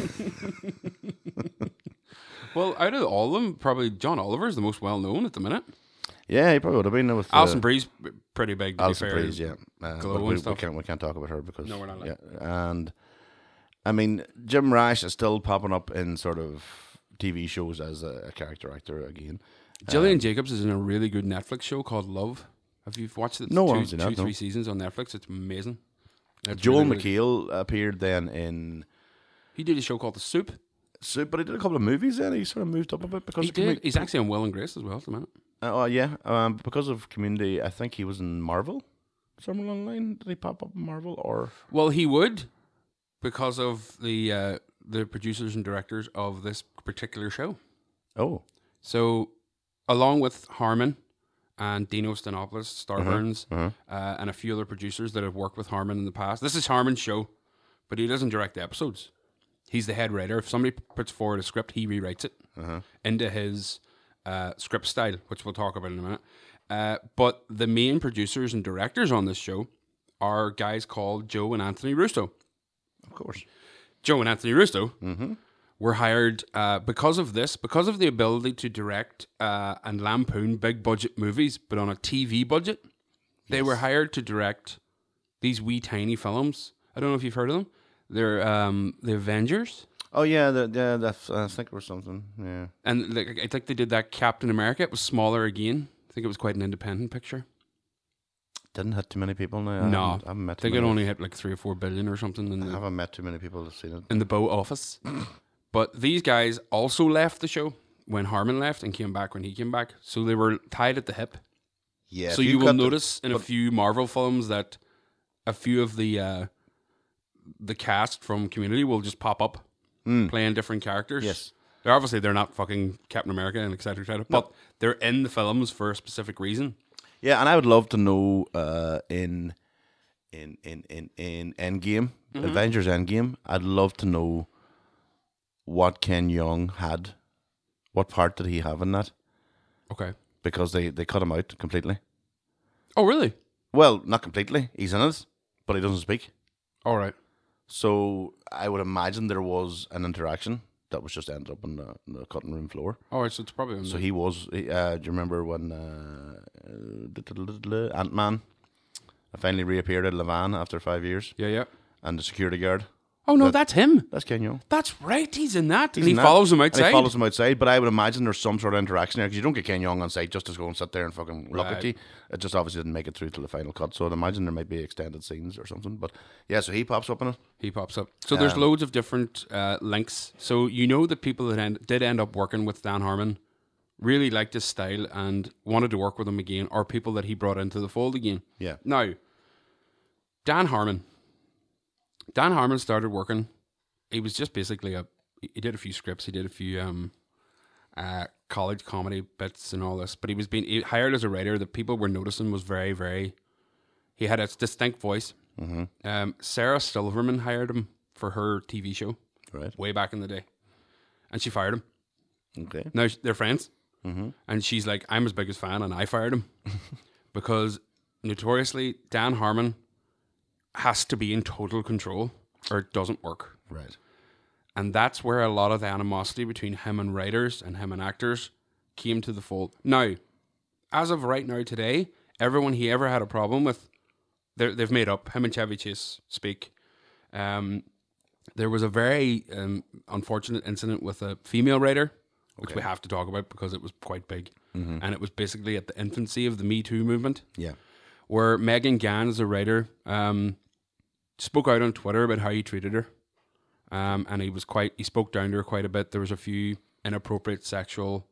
[SPEAKER 8] well, out of all of them, probably John Oliver is the most well known at the minute.
[SPEAKER 7] yeah, he probably would have been there with uh,
[SPEAKER 8] Alison Bree's p- pretty big. To
[SPEAKER 7] Alison
[SPEAKER 8] be fair.
[SPEAKER 7] Breeze, yeah. Uh,
[SPEAKER 8] Glow
[SPEAKER 7] but
[SPEAKER 8] and
[SPEAKER 7] we, we
[SPEAKER 8] stuff.
[SPEAKER 7] can't we can't talk about her because
[SPEAKER 8] No, we're not allowed.
[SPEAKER 7] Yeah, and I mean, Jim Rash is still popping up in sort of TV shows as a, a character actor again.
[SPEAKER 8] Gillian
[SPEAKER 7] Uh,
[SPEAKER 8] Jacobs is in a really good Netflix show called Love. Have you watched it? It's
[SPEAKER 7] No, I
[SPEAKER 8] two,
[SPEAKER 7] haven't seen
[SPEAKER 8] two,
[SPEAKER 7] that, no.
[SPEAKER 8] three seasons on Netflix. It's amazing. It's
[SPEAKER 7] Joel
[SPEAKER 8] really, really good.
[SPEAKER 7] McHale appeared then in
[SPEAKER 8] He did a show called The Soup.
[SPEAKER 7] Soup, but he did a couple of movies. Then he sort of moved up a bit because
[SPEAKER 8] He
[SPEAKER 7] of commu-
[SPEAKER 8] did. He's actually on Will and Grace as well at the minute.
[SPEAKER 7] Uh, oh yeah, um, because of Community, I think he was in Marvel. Somewhere along the line, did he pop up in Marvel or?
[SPEAKER 8] Well, he would because of the uh, the producers and directors of this particular show.
[SPEAKER 7] Oh,
[SPEAKER 8] So, along with Harmon and Dino Stanopoulos, Star Burns, Uh, and a few other producers that have worked with Harmon in the past, this is Harmon's show, but he doesn't direct the episodes. He's the head writer. If somebody p- puts forward a script, he rewrites it into his uh, script style, which we'll talk about in a minute. Uh, but the main producers and directors on this show are guys called Joe and Anthony Russo.
[SPEAKER 7] of course.
[SPEAKER 8] Joe and Anthony Russo
[SPEAKER 7] Mm-hmm.
[SPEAKER 8] were hired uh, because of this, because of the ability to direct uh, and lampoon big budget movies, but on a TV budget. They were hired to direct these wee tiny films. I don't know if you've heard of them. They're um, the Avengers,
[SPEAKER 7] Oh yeah, the, yeah, that's uh, I think it was something. Yeah,
[SPEAKER 8] and like, I think they did that Captain America. It was smaller again. I think it was quite an independent picture.
[SPEAKER 7] didn't hit too many people. No, I
[SPEAKER 8] no,
[SPEAKER 7] haven't, I haven't
[SPEAKER 8] I
[SPEAKER 7] Um, met. Too
[SPEAKER 8] think it
[SPEAKER 7] many,
[SPEAKER 8] only hit like three or four billion or something. In
[SPEAKER 7] I
[SPEAKER 8] the,
[SPEAKER 7] haven't met too many people that've seen it.
[SPEAKER 8] in the bow office. but these guys also left the show when Harmon left and came back when he came back. So they were tied at the hip.
[SPEAKER 7] Yeah.
[SPEAKER 8] so you, will notice in a few Marvel films that a few of the uh, the cast from Community will just pop up playing different characters.
[SPEAKER 7] Hmm. Yes.
[SPEAKER 8] They're obviously they're not fucking Captain America and et cetera, et cetera, but they're in the films for a specific reason.
[SPEAKER 7] Yeah, and I would love to know uh, in in in in in Endgame,
[SPEAKER 8] Mm-hmm.
[SPEAKER 7] Avengers Endgame. I'd love to know what Ken Young had. What part did he have in that?
[SPEAKER 8] Okay.
[SPEAKER 7] Because they they cut him out completely.
[SPEAKER 8] Oh really?
[SPEAKER 7] Well, not completely. He's in it, but he doesn't speak.
[SPEAKER 8] All right.
[SPEAKER 7] So I would imagine there was an interaction that was just ended up on the, on the cutting room floor.
[SPEAKER 8] All right. So it's probably
[SPEAKER 7] So he was. he- Uh, do you remember when uh, Ant Man finally reappeared at Levan after five years,
[SPEAKER 8] yeah yeah.
[SPEAKER 7] and the security guard?
[SPEAKER 8] Oh no,
[SPEAKER 7] That-
[SPEAKER 8] that's him.
[SPEAKER 7] That's Kenyon.
[SPEAKER 8] That's right. He's in that.
[SPEAKER 7] He's
[SPEAKER 8] and he
[SPEAKER 7] in that.
[SPEAKER 8] follows him
[SPEAKER 7] And
[SPEAKER 8] outside.
[SPEAKER 7] he follows him outside, but I would imagine there's some sort of interaction there because you don't get Ken Young on site just to go and sit there and fucking look
[SPEAKER 8] Right.
[SPEAKER 7] at you. It just obviously didn't make it through to the final cut, so I'd imagine there might be extended scenes or something. But yeah, so he pops up in it.
[SPEAKER 8] He pops up. So there's loads of different uh, links. So you know the people that end, did end up working with Dan Harmon really liked his style and wanted to work with him again, or people that he brought into the fold again.
[SPEAKER 7] Yeah.
[SPEAKER 8] Now, Dan Harmon. Dan Harmon started working. He was just basically a. He did a few scripts. He did a few um, uh, college comedy bits and all this. But he was being he hired as a writer that people were noticing was very, very. He had a distinct voice. Um, Sarah Silverman hired him for her TV show
[SPEAKER 7] Right.
[SPEAKER 8] way back in the day, and she fired him.
[SPEAKER 7] Okay.
[SPEAKER 8] Now sh- they're friends, and she's like, "I'm his biggest fan," and I fired him because notoriously Dan Harmon has to be in total control, or it doesn't work,
[SPEAKER 7] Right.
[SPEAKER 8] and that's where a lot of the animosity between him and writers and him and actors came to the fold. Now, as of right now today, everyone he ever had a problem with, they're- they've made up. Him and Chevy Chase speak. Um, there was a very um, unfortunate incident with a female writer, which we have to talk about because it was quite big, and it was basically at the infancy of the Me Too movement
[SPEAKER 7] Yeah.
[SPEAKER 8] where Megan Gann, as a writer, um, spoke out on Twitter about how he treated her, um, and he was quite he spoke down to her quite a bit. There was a few inappropriate sexual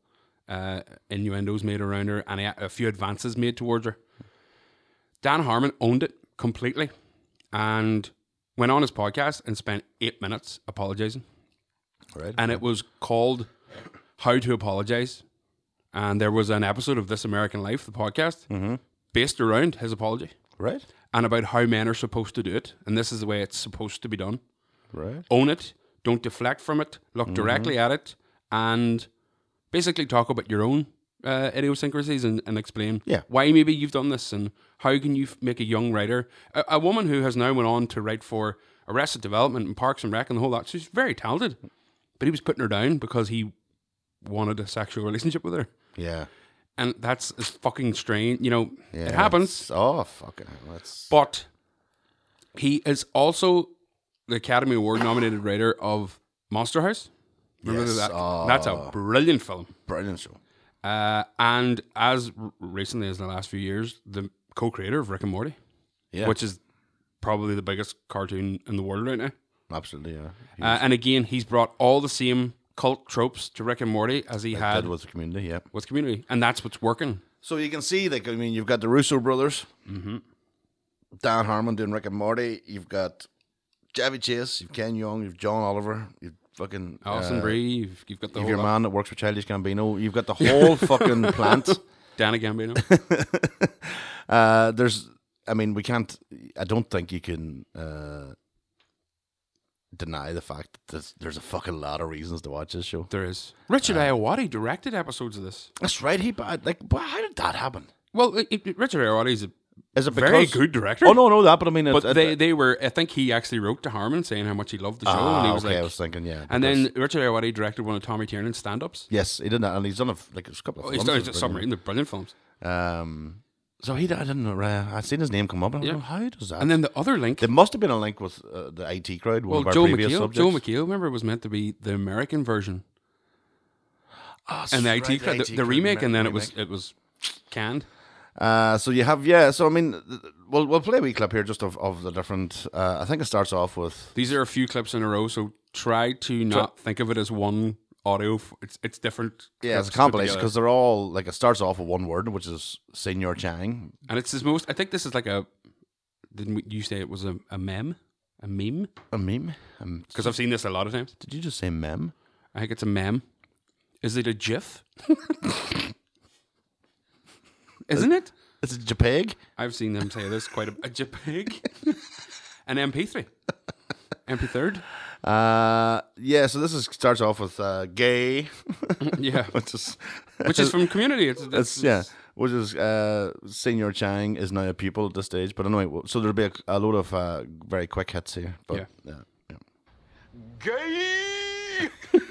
[SPEAKER 8] uh, innuendos made around her, and uh, a, a few advances made towards her. Dan Harmon owned it completely, and went on his podcast and spent eight minutes apologizing
[SPEAKER 7] Right.
[SPEAKER 8] and it was called How to Apologize. And there was an episode of This American Life, the podcast, based around his apology
[SPEAKER 7] right.
[SPEAKER 8] and about how men are supposed to do it. And this is the way it's supposed to be done.
[SPEAKER 7] Right.
[SPEAKER 8] Own it, don't deflect from it, look
[SPEAKER 7] Mm-hmm.
[SPEAKER 8] directly at it, and basically talk about your own uh, idiosyncrasies and, and explain
[SPEAKER 7] Yeah.
[SPEAKER 8] why maybe you've done this and how can you f- make a young writer, a, a woman who has now went on to write for Arrested Development and Parks and Rec and the whole lot. She's very talented, but he was putting her down because he wanted a sexual relationship with her.
[SPEAKER 7] Yeah.
[SPEAKER 8] And that's it's fucking strange. You know,
[SPEAKER 7] Yeah.
[SPEAKER 8] it happens.
[SPEAKER 7] that's- Oh fucking hell. That's
[SPEAKER 8] But he is also the Academy Award nominated writer of Monster House. Remember
[SPEAKER 7] Yes,
[SPEAKER 8] that?
[SPEAKER 7] ah.
[SPEAKER 8] That's a brilliant film.
[SPEAKER 7] brilliant show.
[SPEAKER 8] Uh, and as r- recently as the last few years, the co-creator of Rick and Morty,
[SPEAKER 7] Yeah.
[SPEAKER 8] which is probably the biggest cartoon in the world right now.
[SPEAKER 7] absolutely yeah. He
[SPEAKER 8] Uh, and again, he's brought all the same cult tropes to Rick and Morty as he had
[SPEAKER 7] did with the community. Yeah.
[SPEAKER 8] with Community, and that's what's working.
[SPEAKER 7] So you can see, like, I mean, you've got the Russo brothers, mm-hmm. Dan Harmon doing Rick and Morty. You've got Javi Chase, you've Ken Young, you've John Oliver, you've fucking
[SPEAKER 8] Alison
[SPEAKER 7] uh,
[SPEAKER 8] Brie, you've, you've got the
[SPEAKER 7] You've
[SPEAKER 8] whole
[SPEAKER 7] your
[SPEAKER 8] lot.
[SPEAKER 7] man that works for Childish Gambino. You've got the whole fucking plant.
[SPEAKER 8] Dana Gambino.
[SPEAKER 7] Uh, there's, I mean, we can't. I don't think you can uh, deny the fact that there's, there's a fucking lot of reasons to watch this show.
[SPEAKER 8] there is Richard
[SPEAKER 7] Uh,
[SPEAKER 8] Iowati directed episodes of this.
[SPEAKER 7] That's right. He bad. Like, but how did that happen?
[SPEAKER 8] Well, it, it- Richard Ayoade is a
[SPEAKER 7] Is it because,
[SPEAKER 8] very good director.
[SPEAKER 7] Oh no, no, that. But I mean,
[SPEAKER 8] but
[SPEAKER 7] it, it-
[SPEAKER 8] they, they were. I think he actually wrote to Harmon saying how much he loved the show,
[SPEAKER 7] Ah,
[SPEAKER 8] and he was
[SPEAKER 7] okay,
[SPEAKER 8] like,
[SPEAKER 7] I was thinking, yeah.
[SPEAKER 8] and
[SPEAKER 7] because-
[SPEAKER 8] then Richard Ayoade directed one of Tommy Tiernan's stand-ups.
[SPEAKER 7] Yes, he did that, and he's done a, f- like a couple of.
[SPEAKER 8] Oh, he's
[SPEAKER 7] films
[SPEAKER 8] done
[SPEAKER 7] with
[SPEAKER 8] a
[SPEAKER 7] Brendan.
[SPEAKER 8] submarine. They're brilliant films.
[SPEAKER 7] Um, so he, I didn't know. Uh, I'd seen his name come up, and I was like, how does that?
[SPEAKER 8] And then the other link.
[SPEAKER 7] there must have been a link with uh, the IT crowd. One
[SPEAKER 8] well,
[SPEAKER 7] of our
[SPEAKER 8] Joe
[SPEAKER 7] previous
[SPEAKER 8] McHale.
[SPEAKER 7] subjects.
[SPEAKER 8] Joe McHale. Remember, was meant to be the American version,
[SPEAKER 7] Ah,
[SPEAKER 8] and the
[SPEAKER 7] right,
[SPEAKER 8] IT, crowd- the, the
[SPEAKER 7] crowd,
[SPEAKER 8] remake,
[SPEAKER 7] American
[SPEAKER 8] and then it
[SPEAKER 7] remake.
[SPEAKER 8] was it was canned.
[SPEAKER 7] Uh, so you have yeah. So I mean, th- th- we'll we'll play a wee clip here just of, of the different. Uh, I think it starts off with
[SPEAKER 8] These are a few clips in a row, so try to not think of it as one audio. f- It's it's different.
[SPEAKER 7] yeah, it's a
[SPEAKER 8] clips put
[SPEAKER 7] compilation
[SPEAKER 8] together.
[SPEAKER 7] because they're all like it starts off with one word, which is Senor Chang.
[SPEAKER 8] and it's his most. I think this is like a. Didn't we- you say it was a, a mem, a meme?
[SPEAKER 7] A meme. Um,
[SPEAKER 8] Because I've seen this a lot of times.
[SPEAKER 7] did you just say mem?
[SPEAKER 8] I think it's a mem. Is it a GIF? Isn't it?
[SPEAKER 7] It's a JPEG.
[SPEAKER 8] I've seen them say this quite a, a JPEG, an MP3, MP3.
[SPEAKER 7] Uh, yeah. So this is starts off with uh, gay,
[SPEAKER 8] Yeah,
[SPEAKER 7] which is
[SPEAKER 8] which is from Community. It's, it's,
[SPEAKER 7] That's yeah. Which is uh, Senior Chang is now a pupil at this stage, but anyway, well, so there'll be a, a load of uh, very quick hits here. But
[SPEAKER 8] Yeah.
[SPEAKER 7] yeah,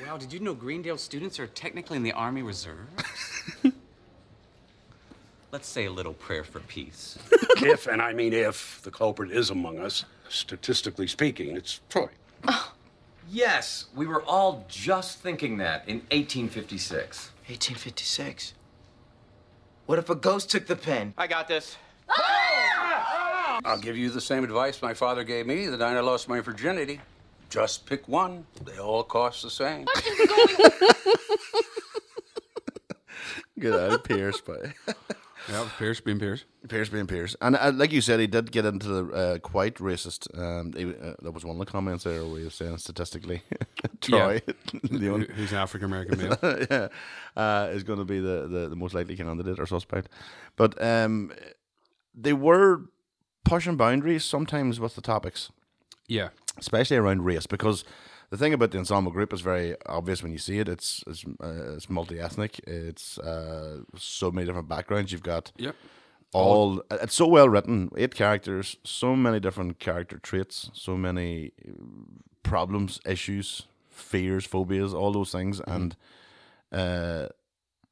[SPEAKER 10] Wow, did you know Greendale students are technically in the Army Reserves? Let's say a little prayer for peace.
[SPEAKER 9] if, and I mean if, the culprit is among us, statistically speaking, it's Troy.
[SPEAKER 11] Yes, we were all just thinking that in 1856.
[SPEAKER 1] 1856. What if a ghost took the pen?
[SPEAKER 11] I got this.
[SPEAKER 9] I'll give you the same advice my father gave me the night I lost my virginity. Just pick one. They all cost the same.
[SPEAKER 7] good old Pierce, but
[SPEAKER 8] yeah, it was Pierce being Pierce.
[SPEAKER 7] Pierce being Pierce, and uh, like you said, he did get into the uh, quite racist. Um, he, uh, there was one of the comments there where he was saying statistically, Troy, the
[SPEAKER 8] Who-
[SPEAKER 7] only,
[SPEAKER 8] Who's an African American male?
[SPEAKER 7] yeah, uh, is going to be the, the, the most likely candidate or suspect. But um, they were pushing boundaries sometimes with the topics.
[SPEAKER 8] yeah,
[SPEAKER 7] especially around race, because the thing about the ensemble group is very obvious when you see it. It's it's, uh, it's multi ethnic. It's uh, so many different backgrounds. You've got
[SPEAKER 8] yep.
[SPEAKER 7] all. It's so well written. Eight characters, so many different character traits, so many uh, problems, issues, fears, phobias, all those things, and uh,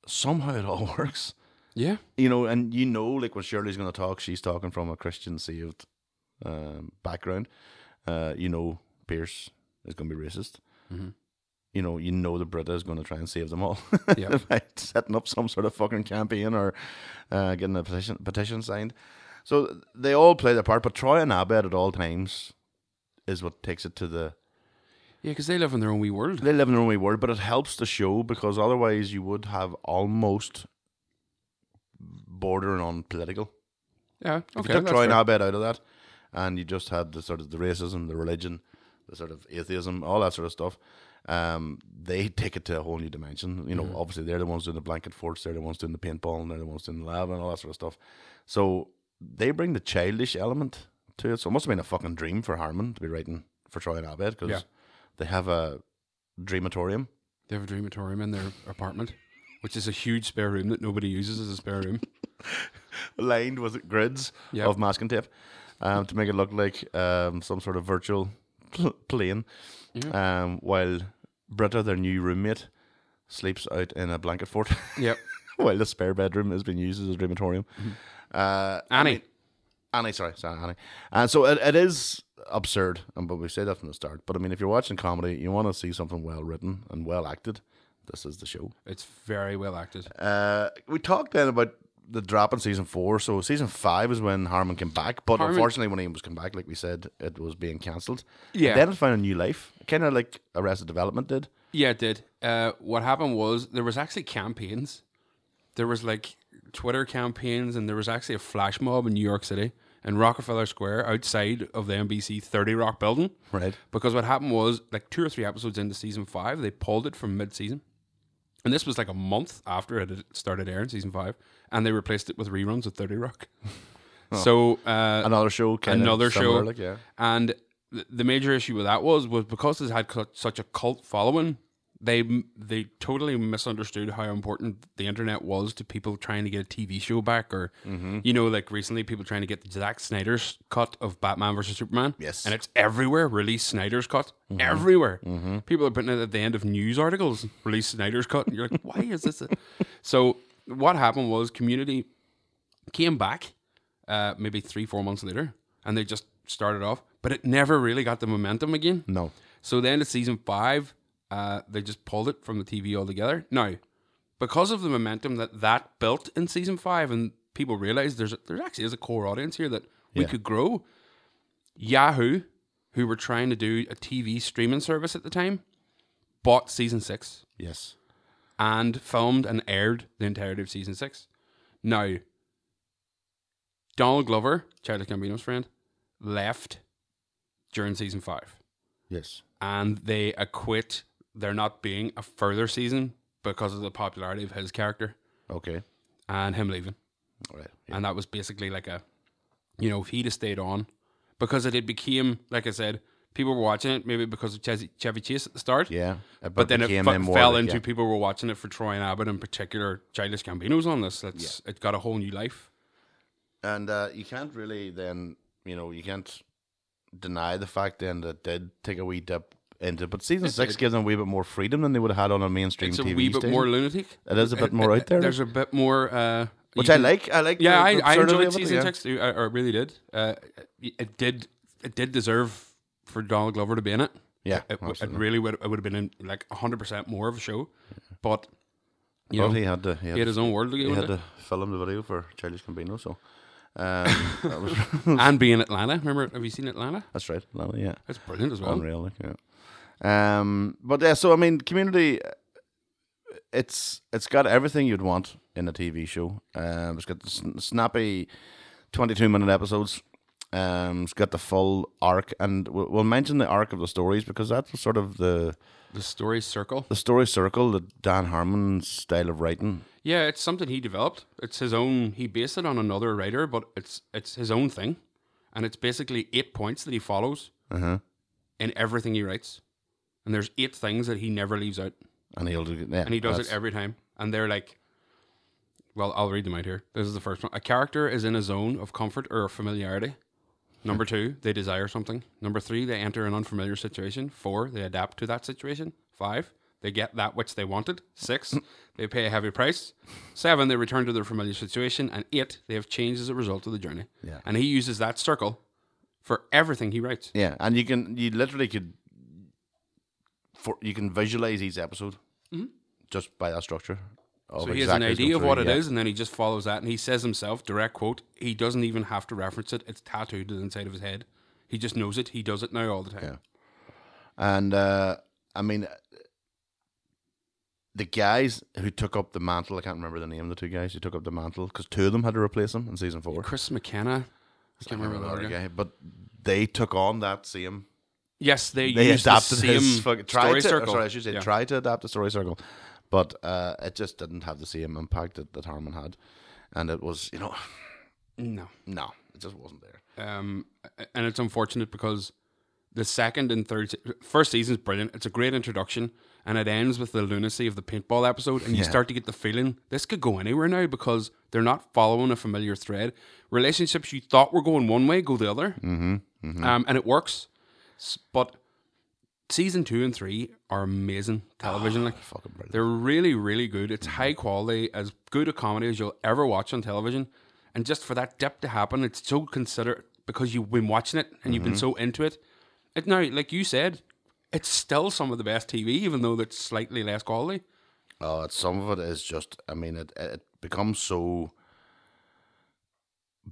[SPEAKER 7] somehow it all works.
[SPEAKER 8] Yeah.
[SPEAKER 7] You know, and you know, like when Shirley's going to talk, she's talking from a Christian saved um, background. Uh, you know, Pierce is going to be racist. You know, you know the Brita is going to try and save them all
[SPEAKER 8] Yeah.
[SPEAKER 7] by setting up some sort of fucking campaign or uh, getting a petition petition signed. So they all play their part, but Troy and Abed at all times is what takes it to the
[SPEAKER 8] Yeah, because they live in their own wee world.
[SPEAKER 7] they live in their own wee world, but it helps the show because otherwise you would have almost bordering on political.
[SPEAKER 8] Yeah. Okay.
[SPEAKER 7] If you took
[SPEAKER 8] that's
[SPEAKER 7] Troy and
[SPEAKER 8] fair.
[SPEAKER 7] Abed out of that, and you just had the sort of the racism, the religion, the sort of atheism, all that sort of stuff, um, they take it to a whole new dimension. You know,
[SPEAKER 8] Mm.
[SPEAKER 7] obviously they're the ones doing the blanket forts, they're the ones doing the paintball, and they're the ones doing the lab and all that sort of stuff. So they bring the childish element to it. So it must have been a fucking dream for Harmon to be writing for Troy and Abed because
[SPEAKER 8] Yeah.
[SPEAKER 7] they have a dreamatorium.
[SPEAKER 8] They have a dreamatorium in their apartment, which is a huge spare room that nobody uses as a spare room.
[SPEAKER 7] lined with grids
[SPEAKER 8] Yep.
[SPEAKER 7] of masking tape um, to make it look like um, some sort of virtual pl- plane. Um, while Britta, their new roommate, sleeps out in a blanket fort
[SPEAKER 8] Yep.
[SPEAKER 7] while the spare bedroom has been used as a dreamatorium. Uh, I
[SPEAKER 8] Mm-hmm. Annie.
[SPEAKER 7] mean- Annie, sorry, sorry, Annie. And so it, it is absurd, and but we say that from the start. But I mean, if you're watching comedy, you want to see something well written and well acted. This is the show.
[SPEAKER 8] It's very well acted.
[SPEAKER 7] Uh, we talked then about the drop in season four. So season five is when Harmon came back, but
[SPEAKER 8] Harmon-
[SPEAKER 7] unfortunately, when he was come back, like we said, it was being cancelled.
[SPEAKER 8] Yeah.
[SPEAKER 7] Then it found a new life, kind of like Arrested Development did.
[SPEAKER 8] Yeah, it did. Uh, what happened was there was actually campaigns. There was like Twitter campaigns, and there was actually a flash mob in New York City in Rockefeller Square outside of the NBC Thirty Rock building.
[SPEAKER 7] Right.
[SPEAKER 8] Because what happened was like two or three episodes into season five, they pulled it from mid-season, and this was like a month after it had started airing season five, and they replaced it with reruns of Thirty Rock. So uh,
[SPEAKER 7] Another show, kind
[SPEAKER 8] another
[SPEAKER 7] of
[SPEAKER 8] show.
[SPEAKER 7] like yeah.
[SPEAKER 8] And th- the major issue with that was was because this had cu- such a cult following, they m- they totally misunderstood how important the internet was to people trying to get a TV show back, or
[SPEAKER 7] Mm-hmm.
[SPEAKER 8] you know, like recently people trying to get Zack Snyder's cut of Batman versus Superman.
[SPEAKER 7] Yes. Mm-hmm.
[SPEAKER 8] and it's everywhere. Release Snyder's cut everywhere. People are putting it at the end of news articles. Release Snyder's cut, and you're like, why is this? A-? So what happened was Community came back uh, maybe three, four months later, and they just started off, but it never really got the momentum again.
[SPEAKER 7] No.
[SPEAKER 8] So then at season five, uh, they just pulled it from the TV altogether. Now, because of the momentum that that built in season five, and people realized there's there actually is a core audience here that we
[SPEAKER 7] Yeah.
[SPEAKER 8] could grow. Yahoo, who were trying to do a TV streaming service at the time, bought season six
[SPEAKER 7] Yes.
[SPEAKER 8] and filmed and aired the entirety of season six. Now, Donald Glover, Charlie Gambino's friend, left during season five,
[SPEAKER 7] Yes.
[SPEAKER 8] and they acquit there not being a further season because of the popularity of his character
[SPEAKER 7] Okay.
[SPEAKER 8] and him leaving.
[SPEAKER 7] All right. Yeah.
[SPEAKER 8] And that was basically like a, you know, if he'd have stayed on, because it had became, like I said, people were watching it maybe because of Chevy Chevy Chase at the start.
[SPEAKER 7] yeah.
[SPEAKER 8] But then it
[SPEAKER 7] became
[SPEAKER 8] fu-
[SPEAKER 7] then more
[SPEAKER 8] fell
[SPEAKER 7] like,
[SPEAKER 8] into
[SPEAKER 7] yeah.
[SPEAKER 8] people were watching it for Troy and Abbott in particular. Childish Gambino's on this. That's it got a whole new life.
[SPEAKER 7] And uh, you can't really then, you know, you can't deny the fact then that it did take a wee dip into but season six gives them a wee bit more freedom than they would have had on a mainstream
[SPEAKER 8] It's a
[SPEAKER 7] TV
[SPEAKER 8] wee bit
[SPEAKER 7] station.
[SPEAKER 8] more lunatic.
[SPEAKER 7] It is a bit more out there.
[SPEAKER 8] Uh, There's a bit more, uh,
[SPEAKER 7] which
[SPEAKER 8] you
[SPEAKER 7] I
[SPEAKER 8] can-
[SPEAKER 7] like. I like.
[SPEAKER 8] Yeah,
[SPEAKER 7] the- the
[SPEAKER 8] I, I
[SPEAKER 7] absurdity
[SPEAKER 8] enjoyed
[SPEAKER 7] of it,
[SPEAKER 8] season
[SPEAKER 7] yeah.
[SPEAKER 8] six. too. I, I really did. Uh, it it did. It did deserve for Donald Glover to be in it.
[SPEAKER 7] Yeah,
[SPEAKER 8] It, w- it
[SPEAKER 7] absolutely.
[SPEAKER 8] really would. It would have been in like 100 percent more of a show, but you
[SPEAKER 7] Well,
[SPEAKER 8] know
[SPEAKER 7] he had to. He had,
[SPEAKER 8] he had his own world to
[SPEAKER 7] he
[SPEAKER 8] go
[SPEAKER 7] had
[SPEAKER 8] into.
[SPEAKER 7] to film the video for Charlie's Gambino, so um, that was
[SPEAKER 8] and be in Atlanta. Remember? Have you seen Atlanta?
[SPEAKER 7] that's right. Lana, yeah,
[SPEAKER 8] That's brilliant as well.
[SPEAKER 7] unreal. Like, yeah. Um, but yeah, so I mean, community. uh, It's it's got everything you'd want in a TV show. Um, it's got the sn- snappy, twenty-two minute episodes. Um, it's got the full arc, and we'll, we'll mention the arc of the stories because that's sort of the
[SPEAKER 8] The story circle.
[SPEAKER 7] the story circle, the Dan Harmon style of writing.
[SPEAKER 8] Yeah, it's something he developed. It's his own. He based it on another writer, but it's it's his own thing, and it's basically eight points that he follows
[SPEAKER 7] Uh-huh.
[SPEAKER 8] in everything he writes. And there's eight things that he never leaves out,
[SPEAKER 7] And he'll do yeah,
[SPEAKER 8] and he does
[SPEAKER 7] that's-
[SPEAKER 8] it every time. And they're like, well, I'll read them out here. This is the first one. A character is in a zone of comfort or familiarity. Number two, they desire something. Number three, they enter an unfamiliar situation. Four, they adapt to that situation. Five, They get that which they wanted. Six, they pay a heavy price. Seven, they return to their familiar situation. And eight, they have changed as a result of the journey.
[SPEAKER 7] Yeah.
[SPEAKER 8] And he uses that circle for everything he writes.
[SPEAKER 7] Yeah, and you can you literally could for you can visualize each episode just by that structure. of
[SPEAKER 8] Mm-hmm. So he has an
[SPEAKER 7] exactly what's
[SPEAKER 8] idea
[SPEAKER 7] going
[SPEAKER 8] of what it
[SPEAKER 7] through,
[SPEAKER 8] is,
[SPEAKER 7] yeah.
[SPEAKER 8] and then he just follows that, and he says himself, direct quote, he doesn't even have to reference it. It's tattooed to the inside of his head. He just knows it. He does it now all the time.
[SPEAKER 7] Yeah. And uh, I mean, the guys who took up the mantle, I can't remember the name of the two guys who took up the mantle because two of them had to replace him in season four.
[SPEAKER 8] Chris McKenna. I can't remember the
[SPEAKER 7] Another
[SPEAKER 8] other guy.
[SPEAKER 7] guy, but they took on that same.
[SPEAKER 8] Yes, they,
[SPEAKER 7] They
[SPEAKER 8] used the
[SPEAKER 7] adapted
[SPEAKER 8] same
[SPEAKER 7] his fucking tried
[SPEAKER 8] story
[SPEAKER 7] to, or
[SPEAKER 8] circle.
[SPEAKER 7] Sorry, I should say
[SPEAKER 8] Yeah.
[SPEAKER 7] tried to adapt the story circle, but uh, it just didn't have the same impact that, that Harmon had, and it was you know
[SPEAKER 8] No.
[SPEAKER 7] no, it just wasn't there.
[SPEAKER 8] um, and it's unfortunate because the second and third se- first season's brilliant. It's a great introduction, and it ends with the lunacy of the paintball episode, and you
[SPEAKER 7] Yeah.
[SPEAKER 8] start to get the feeling this could go anywhere now because they're not following a familiar thread. Relationships you thought were going one way go the other, mm-hmm, Um, and it works. S- But season two and three are amazing television. like
[SPEAKER 7] fucking brilliant.
[SPEAKER 8] they're really, really good. It's high quality, as good a comedy as you'll ever watch on television. And just for that dip to happen, it's so considerate because you've been watching it and you've
[SPEAKER 7] Mm-hmm.
[SPEAKER 8] been so into it. It now, like you said, it's still some of the best TV, even though it's slightly less quality.
[SPEAKER 7] Oh, it's, some of it is just. I mean, it it becomes so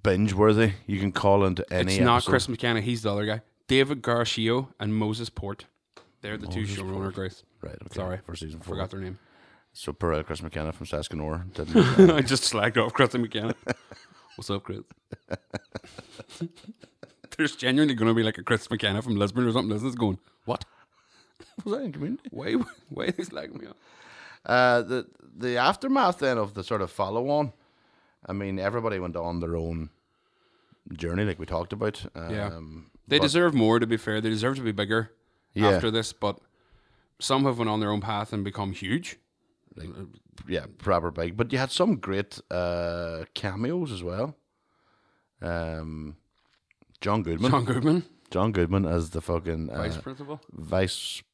[SPEAKER 7] binge worthy. You can call into any.
[SPEAKER 8] it's not
[SPEAKER 7] episode.
[SPEAKER 8] Chris McKenna; he's the other guy. David Garcio and Moses Port. They're the two showrunner guys.
[SPEAKER 7] Right. Okay.
[SPEAKER 8] Sorry,
[SPEAKER 7] For season four.
[SPEAKER 8] Forgot their name.
[SPEAKER 7] So poor old Chris McKenna from Saskanor didn't.
[SPEAKER 8] I just slagged off Chris McKenna. What's up, Chris? There's genuinely going to be like a Chris McKenna from Lisbon or something. Listeners going, what?
[SPEAKER 7] was that in Community?
[SPEAKER 8] Why? Why are they slagging me off?
[SPEAKER 7] Uh, the the aftermath then of the sort of follow on. I mean, everybody went on their own journey, like we talked about. Um,
[SPEAKER 8] Yeah. They deserve more. To be fair, they deserve to be bigger
[SPEAKER 7] Yeah.
[SPEAKER 8] after this. But some have went on their own path and become huge.
[SPEAKER 7] yeah, proper big. But you had some great uh, cameos as well. Um, John Goodman.
[SPEAKER 8] John Goodman,
[SPEAKER 7] John Goodman as the fucking uh,
[SPEAKER 8] vice
[SPEAKER 7] vice,
[SPEAKER 8] principal,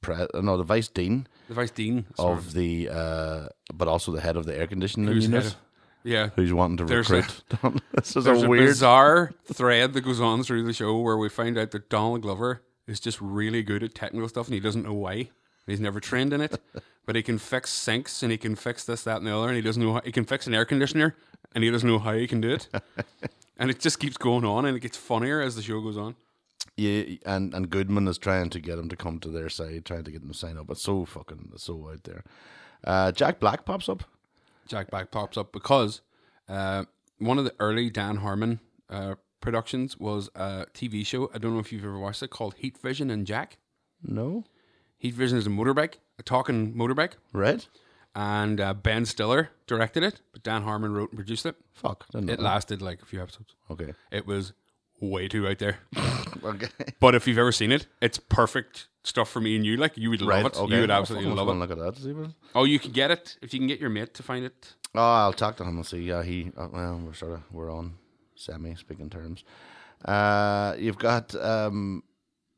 [SPEAKER 7] pre- no, the vice dean
[SPEAKER 8] the vice dean sorry.
[SPEAKER 7] of the, uh, but also the head of the air conditioning
[SPEAKER 8] Who's
[SPEAKER 7] unit,
[SPEAKER 8] head of- yeah.
[SPEAKER 7] who's wanting to
[SPEAKER 8] There's a-
[SPEAKER 7] recruit. Don- this is
[SPEAKER 8] There's
[SPEAKER 7] a
[SPEAKER 8] a,
[SPEAKER 7] weird.
[SPEAKER 8] bizarre thread that goes on through the show where we find out that Donald Glover is just really good at technical stuff and he doesn't know why. He's never trained in it, but he can fix sinks and he can fix this, that, and the other. And he doesn't know how he can fix an air conditioner and he doesn't know how he can do it. and it just keeps going on and it gets funnier as the show goes on.
[SPEAKER 7] yeah, and and Goodman is trying to get him to come to their side, trying to get him to sign up. It's so fucking it's so out there. Uh, Jack Black pops up.
[SPEAKER 8] Jack Black pops up because uh, one of the early Dan Harmon uh, productions was a TV show. I don't know if you've ever watched it called Heat Vision and Jack.
[SPEAKER 7] No,
[SPEAKER 8] Heat Vision is a motorbike, a talking motorbike.
[SPEAKER 7] right?
[SPEAKER 8] and uh, Ben Stiller directed it, but Dan Harmon wrote and produced it.
[SPEAKER 7] Fuck. didn't know
[SPEAKER 8] It
[SPEAKER 7] that.
[SPEAKER 8] lasted like a few episodes.
[SPEAKER 7] Uh-huh. Okay.
[SPEAKER 8] It was way too out there.
[SPEAKER 7] Okay.
[SPEAKER 8] but if you've ever seen it, it's perfect stuff for me and you. Like you would love
[SPEAKER 7] Right.
[SPEAKER 8] it.
[SPEAKER 7] Okay.
[SPEAKER 8] You would
[SPEAKER 7] I'll
[SPEAKER 8] absolutely
[SPEAKER 7] fucking
[SPEAKER 8] love
[SPEAKER 7] go
[SPEAKER 8] it.
[SPEAKER 7] and Look at that. See what-
[SPEAKER 8] Oh, you can get it if you can get your mate to find it.
[SPEAKER 7] Oh, I'll talk to him and see. Yeah, he. Uh, well, we're sort of we're on semi speaking terms. Uh, you've got um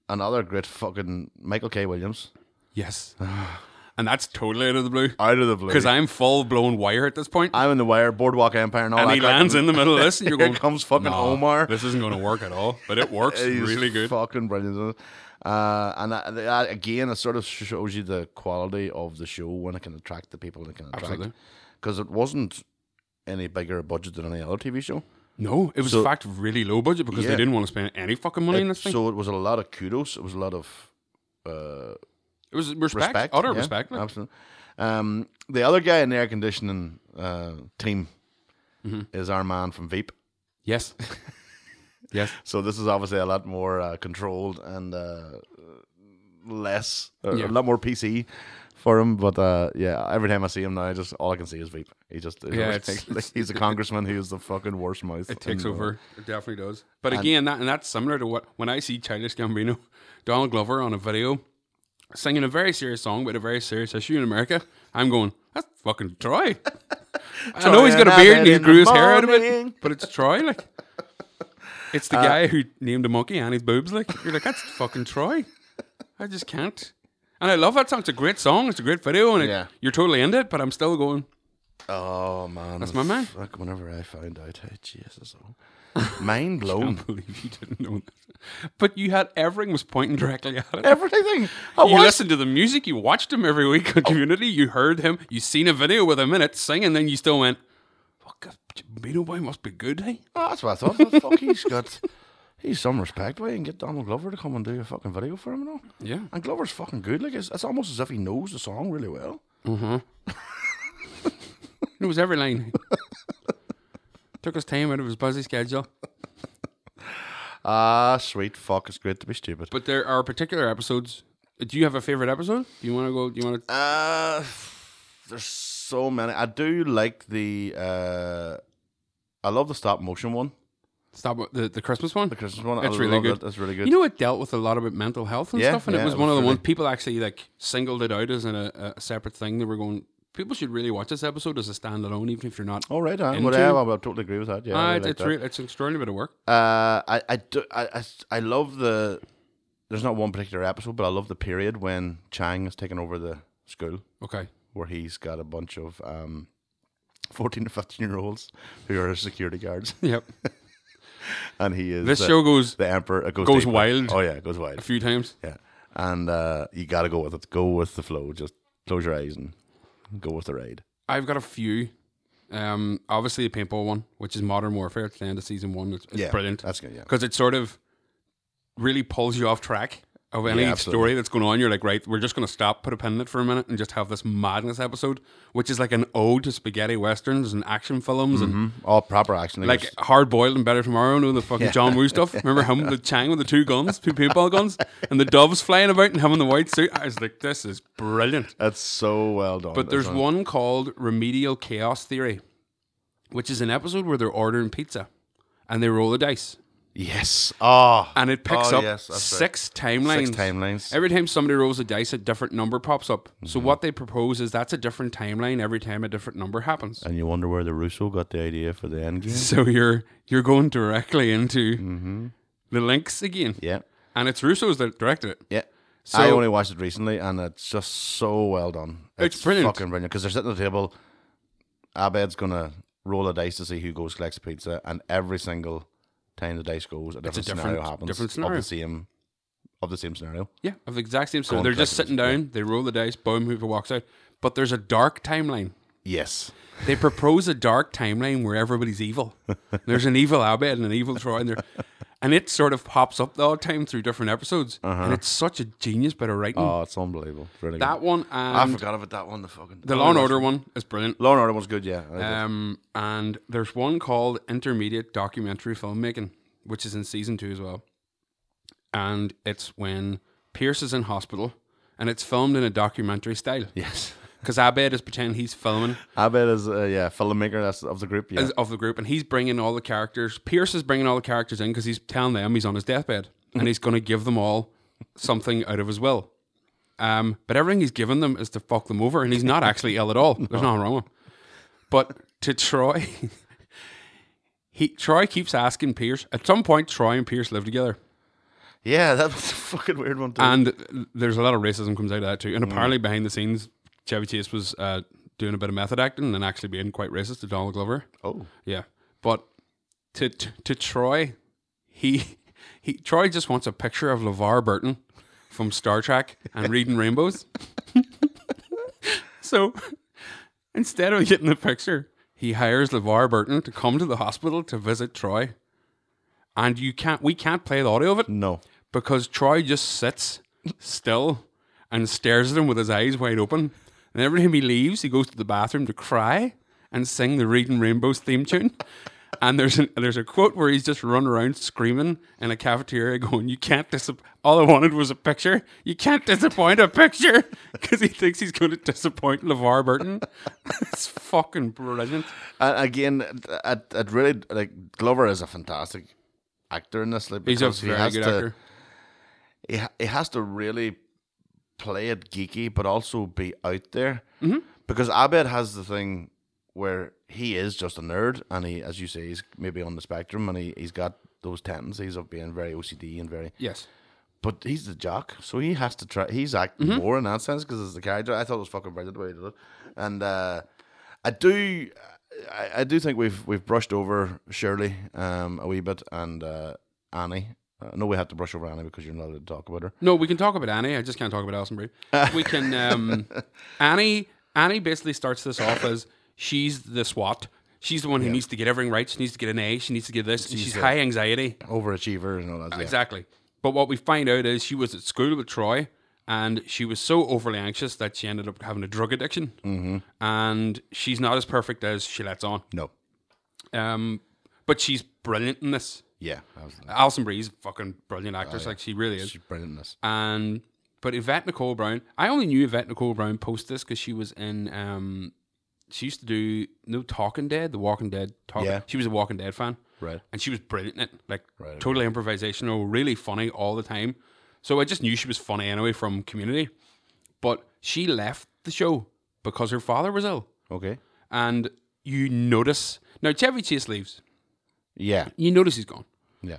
[SPEAKER 7] another great fucking Michael K. Williams
[SPEAKER 8] Yes. and that's totally out of the blue
[SPEAKER 7] out of the blue
[SPEAKER 8] because I'm full blown wire at this point.
[SPEAKER 7] I'm in the wire, Boardwalk Empire, and all
[SPEAKER 8] and
[SPEAKER 7] that.
[SPEAKER 8] he
[SPEAKER 7] crap.
[SPEAKER 8] lands in the middle of this, and you're
[SPEAKER 7] Here
[SPEAKER 8] going,
[SPEAKER 7] comes fucking
[SPEAKER 8] "Nah,
[SPEAKER 7] Omar."
[SPEAKER 8] This isn't going to work at all, but it works
[SPEAKER 7] He's
[SPEAKER 8] really good.
[SPEAKER 7] fucking brilliant. Uh, and that, that, again, it sort of shows you the quality of the show when it can attract the people it can attract.
[SPEAKER 8] Absolutely.
[SPEAKER 7] Because it wasn't any bigger a budget than any other TV show.
[SPEAKER 8] No, it was
[SPEAKER 7] So-
[SPEAKER 8] in fact really low budget because
[SPEAKER 7] Yeah.
[SPEAKER 8] they didn't want to spend any fucking money on
[SPEAKER 7] It-
[SPEAKER 8] this thing.
[SPEAKER 7] so it was a lot of kudos. It was a lot of uh,
[SPEAKER 8] it was respect,
[SPEAKER 7] respect.
[SPEAKER 8] utter
[SPEAKER 7] yeah,
[SPEAKER 8] respect. like.
[SPEAKER 7] Absolutely. Um, the other guy in the air conditioning uh, team
[SPEAKER 8] Mm-hmm.
[SPEAKER 7] is our man from Veep.
[SPEAKER 8] Yes. yes.
[SPEAKER 7] So this is obviously a lot more uh, controlled and uh, less, or a
[SPEAKER 8] Yeah.
[SPEAKER 7] lot more PC for him. But uh, yeah, every time I see him now, I just all I can see is Veep. He just he
[SPEAKER 8] Yeah,
[SPEAKER 7] always
[SPEAKER 8] it's-
[SPEAKER 7] takes-
[SPEAKER 8] it's-
[SPEAKER 7] he's a congressman who is the fucking worst mouth.
[SPEAKER 8] It takes
[SPEAKER 7] in the-
[SPEAKER 8] over. It definitely does. But again, that and that's similar to what when I see Childish Gambino, Donald Glover on a video singing a very serious song about a very serious issue in America, I'm going, that's fucking Troy. I know he's got
[SPEAKER 7] and
[SPEAKER 8] a
[SPEAKER 7] I
[SPEAKER 8] beard
[SPEAKER 7] met
[SPEAKER 8] and he
[SPEAKER 7] in the
[SPEAKER 8] grew his hair out of
[SPEAKER 7] morning. Uh,
[SPEAKER 8] it, but it's Troy. Like, it's the guy who named a monkey Annie's boobs. Like, you're like, that's fucking Troy. I just can't. And I love that song. It's a great song. It's a great video, and it-
[SPEAKER 7] Yeah.
[SPEAKER 8] you're totally into it. But I'm still going.
[SPEAKER 7] Oh man,
[SPEAKER 8] That's my man.
[SPEAKER 7] Fuck, whenever I found out, how Jesus, oh, mind blown.
[SPEAKER 8] I believe you didn't know that. But you had everything was pointing directly at it.
[SPEAKER 7] Everything. I
[SPEAKER 8] you
[SPEAKER 7] watched- Oh.
[SPEAKER 8] listened to the music. You watched him every week on Community. You heard him. You seen a video with him in it singing. Then you still went, "Fuck, uh, Beano Boy must be good, hey."
[SPEAKER 7] Oh, that's what I thought. Well, Fuck, he's got. He's some respect way and get Donald Glover to come and do a fucking video for him and all.
[SPEAKER 8] Yeah.
[SPEAKER 7] And Glover's fucking good. Like it's, it's almost as if he knows the song really well.
[SPEAKER 8] It was every line. Took his time out of his busy schedule.
[SPEAKER 7] Ah, sweet fuck, it's great to be stupid.
[SPEAKER 8] But there are particular episodes. Do you have a favorite episode? Do you want to go? Do you want to?
[SPEAKER 7] Uh, there's so many. I do like the. uh I love the stop motion one,
[SPEAKER 8] Stop with the, the Christmas one.
[SPEAKER 7] the Christmas one.
[SPEAKER 8] That's
[SPEAKER 7] I
[SPEAKER 8] really
[SPEAKER 7] love
[SPEAKER 8] good.
[SPEAKER 7] That. That's really good.
[SPEAKER 8] You know, it dealt with a lot about mental health and
[SPEAKER 7] Yeah,
[SPEAKER 8] stuff, and
[SPEAKER 7] yeah,
[SPEAKER 8] it was
[SPEAKER 7] it
[SPEAKER 8] one
[SPEAKER 7] was
[SPEAKER 8] of the ones
[SPEAKER 7] really-
[SPEAKER 8] people actually like singled it out as an, a, a separate thing. They were going, people should really watch this episode as a standalone, even if you're not.
[SPEAKER 7] All right, I,
[SPEAKER 8] into-
[SPEAKER 7] well, yeah, well, I totally agree with that. Oh, Yeah, I
[SPEAKER 8] Ah,
[SPEAKER 7] really
[SPEAKER 8] it's
[SPEAKER 7] like
[SPEAKER 8] it's,
[SPEAKER 7] that.
[SPEAKER 8] real, it's an extraordinary bit of work.
[SPEAKER 7] Uh, I, I, do, I, I, I love the. There's not one particular episode, but I love the period when Chang is taking over the school,
[SPEAKER 8] Okay,
[SPEAKER 7] where he's got a bunch of um, fourteen to fifteen year olds who are security guards,
[SPEAKER 8] yep.
[SPEAKER 7] and he is
[SPEAKER 8] This
[SPEAKER 7] the,
[SPEAKER 8] show goes
[SPEAKER 7] the emperor. It goes
[SPEAKER 8] goes
[SPEAKER 7] deep.
[SPEAKER 8] wild.
[SPEAKER 7] Oh yeah, it goes wild.
[SPEAKER 8] a few times.
[SPEAKER 7] Yeah, and uh, you got to go with it. Go with the flow. Just close your eyes and go with the ride.
[SPEAKER 8] I've got a few. Um, obviously the paintball one, which is Modern Warfare. It's the end of season one. It's, it's
[SPEAKER 7] Yeah,
[SPEAKER 8] brilliant.
[SPEAKER 7] that's good, yeah.
[SPEAKER 8] because it sort of really pulls you off track of any
[SPEAKER 7] Yeah, absolutely.
[SPEAKER 8] story that's going on. You're like, right, we're just going to stop, put a pin in it for a minute, and just have this madness episode, which is like an ode to spaghetti westerns and action films and
[SPEAKER 7] All Oh, proper action.
[SPEAKER 8] like
[SPEAKER 7] There's-
[SPEAKER 8] Hard Boiled and Better Tomorrow. No, the fucking John Woo stuff. Remember him, with the Chang with the two guns, two paintball guns, and the doves flying about, and him in the white suit. I was like, this is brilliant.
[SPEAKER 7] that's so well done.
[SPEAKER 8] But
[SPEAKER 7] That's
[SPEAKER 8] there's
[SPEAKER 7] on-
[SPEAKER 8] one called Remedial Chaos Theory, which is an episode where they're ordering pizza and they roll the dice.
[SPEAKER 7] Yes. Ah.
[SPEAKER 8] And it picks
[SPEAKER 7] Oh,
[SPEAKER 8] up
[SPEAKER 7] yes, that's right.
[SPEAKER 8] six timelines.
[SPEAKER 7] Six timelines. Mm-hmm.
[SPEAKER 8] Every time somebody rolls a dice, a different number pops up. So what they propose is that's a different timeline every time a different number happens.
[SPEAKER 7] And you wonder where the Russo got the idea for the end game.
[SPEAKER 8] So you're you're going directly into the links again.
[SPEAKER 7] Mm-hmm. Yeah.
[SPEAKER 8] And it's Russo's that directed it.
[SPEAKER 7] Yeah.
[SPEAKER 8] So-
[SPEAKER 7] I only watched it recently, and it's just so well done.
[SPEAKER 8] It's brilliant.
[SPEAKER 7] fucking brilliant. Because they're sitting at the table. Abed's gonna roll a dice to see who goes collects pizza, and every single time the dice goes, a different, scenario
[SPEAKER 8] different-
[SPEAKER 7] happens.
[SPEAKER 8] different
[SPEAKER 7] of
[SPEAKER 8] scenario.
[SPEAKER 7] the same, of the same scenario.
[SPEAKER 8] Yeah, of the exact same. So
[SPEAKER 7] Going
[SPEAKER 8] they're just
[SPEAKER 7] directly
[SPEAKER 8] sitting
[SPEAKER 7] into-
[SPEAKER 8] down, they roll the dice, boom, whoever walks out. But there's a dark timeline.
[SPEAKER 7] Yes.
[SPEAKER 8] They propose a dark timeline where everybody's evil. There's an evil Abed and an evil Troy, and, there, and it sort of pops up the odd time through different episodes. And it's such a genius bit of writing.
[SPEAKER 7] Uh-huh. Oh, it's unbelievable. It's really
[SPEAKER 8] that
[SPEAKER 7] good.
[SPEAKER 8] one
[SPEAKER 7] I
[SPEAKER 8] and
[SPEAKER 7] forgot about that one. The fucking
[SPEAKER 8] the Law and Order one is brilliant.
[SPEAKER 7] Law and Order was good. Yeah. I did.
[SPEAKER 8] Um, and there's one called Intermediate Documentary Filmmaking, which is in season two as well. And it's when Pierce is in hospital, and it's filmed in a documentary style.
[SPEAKER 7] yes.
[SPEAKER 8] Because Abed is pretending he's filming
[SPEAKER 7] Abed is uh, yeah filmmaker. That's of the group. Yeah.
[SPEAKER 8] as- of the group, and he's bringing all the characters. Pierce is bringing all the characters in because he's telling them he's on his deathbed, and he's going to give them all something out of his will. Um, but everything he's given them is to fuck them over, and he's not actually ill at all. There's nothing wrong with him. But to Troy, he Troy keeps asking Pierce. At some point, Troy and Pierce live together.
[SPEAKER 7] yeah. That was a fucking weird one too.
[SPEAKER 8] And there's a lot of racism comes out of that too. And apparently behind the scenes, Chevy Chase was uh, doing a bit of method acting and actually being quite racist to Donald Glover.
[SPEAKER 7] Oh.
[SPEAKER 8] yeah. But to to, to Troy, he he Troy just wants a picture of LeVar Burton from Star Trek and reading rainbows. so instead of getting the picture, he hires LeVar Burton to come to the hospital to visit Troy. And you can't we can't play the audio of it
[SPEAKER 7] no.
[SPEAKER 8] because Troy just sits still and stares at him with his eyes wide open. And every time he leaves, he goes to the bathroom to cry and sing the Reading Rainbows theme tune. And there's an, there's a quote where he's just run around screaming in a cafeteria, going, "You can't disappoint." All I wanted was a picture. You can't disappoint a picture because he thinks he's going to disappoint LeVar Burton. it's fucking brilliant.
[SPEAKER 7] Uh, again, it, it really like Glover is a fantastic actor in this. Like,
[SPEAKER 8] He's a
[SPEAKER 7] because he
[SPEAKER 8] very
[SPEAKER 7] has
[SPEAKER 8] good
[SPEAKER 7] to,
[SPEAKER 8] actor.
[SPEAKER 7] He, ha- he has to really play it geeky, but also be out there.
[SPEAKER 8] Mm-hmm.
[SPEAKER 7] Because Abed has the thing where he is just a nerd, and he, as you say, he's maybe on the spectrum, and he he's got those tendencies of being very OCD and very.
[SPEAKER 8] Yes,
[SPEAKER 7] But he's the jock, so he has to try. He's acting more in that sense because it's the character. I thought it was fucking brilliant the way he did it, and uh, I do, I, I do think we've we've brushed over Shirley um, a wee bit and uh, Annie. Uh, no, we had to brush over Annie because you're not allowed to talk about her.
[SPEAKER 8] No, we can talk about Annie. I just can't talk about Alison Brie. We can. Um, Annie. Annie basically starts this off as she's the SWAT. She's the one who needs to get everything right. She needs to get an A. She needs to get this. and she's high anxiety.
[SPEAKER 7] Overachiever and all that. yeah.
[SPEAKER 8] Exactly. But what we find out is she was at school with Troy, and she was so overly anxious that she ended up having a drug addiction. Mm-hmm. And she's not as perfect as she lets on.
[SPEAKER 7] No.
[SPEAKER 8] Um, but she's brilliant in this.
[SPEAKER 7] Yeah. That was,
[SPEAKER 8] Alison Brie's a fucking brilliant actress. Like Oh, she really is.
[SPEAKER 7] she's brilliant in this.
[SPEAKER 8] and but Yvette Nicole Brown, I only knew Yvette Nicole Brown post this because she was in. um She used to do No Talking Dead, The Walking Dead. Talk,
[SPEAKER 7] Yeah.
[SPEAKER 8] She was a Walking Dead fan,
[SPEAKER 7] Right.
[SPEAKER 8] And she was brilliant in it, like
[SPEAKER 7] Right,
[SPEAKER 8] totally improvisational, really funny all the time. So I just knew she was funny anyway from Community, but she left the show because her father was ill,
[SPEAKER 7] Okay.
[SPEAKER 8] and you notice now Chevy Chase leaves.
[SPEAKER 7] Yeah.
[SPEAKER 8] You notice he's gone.
[SPEAKER 7] Yeah.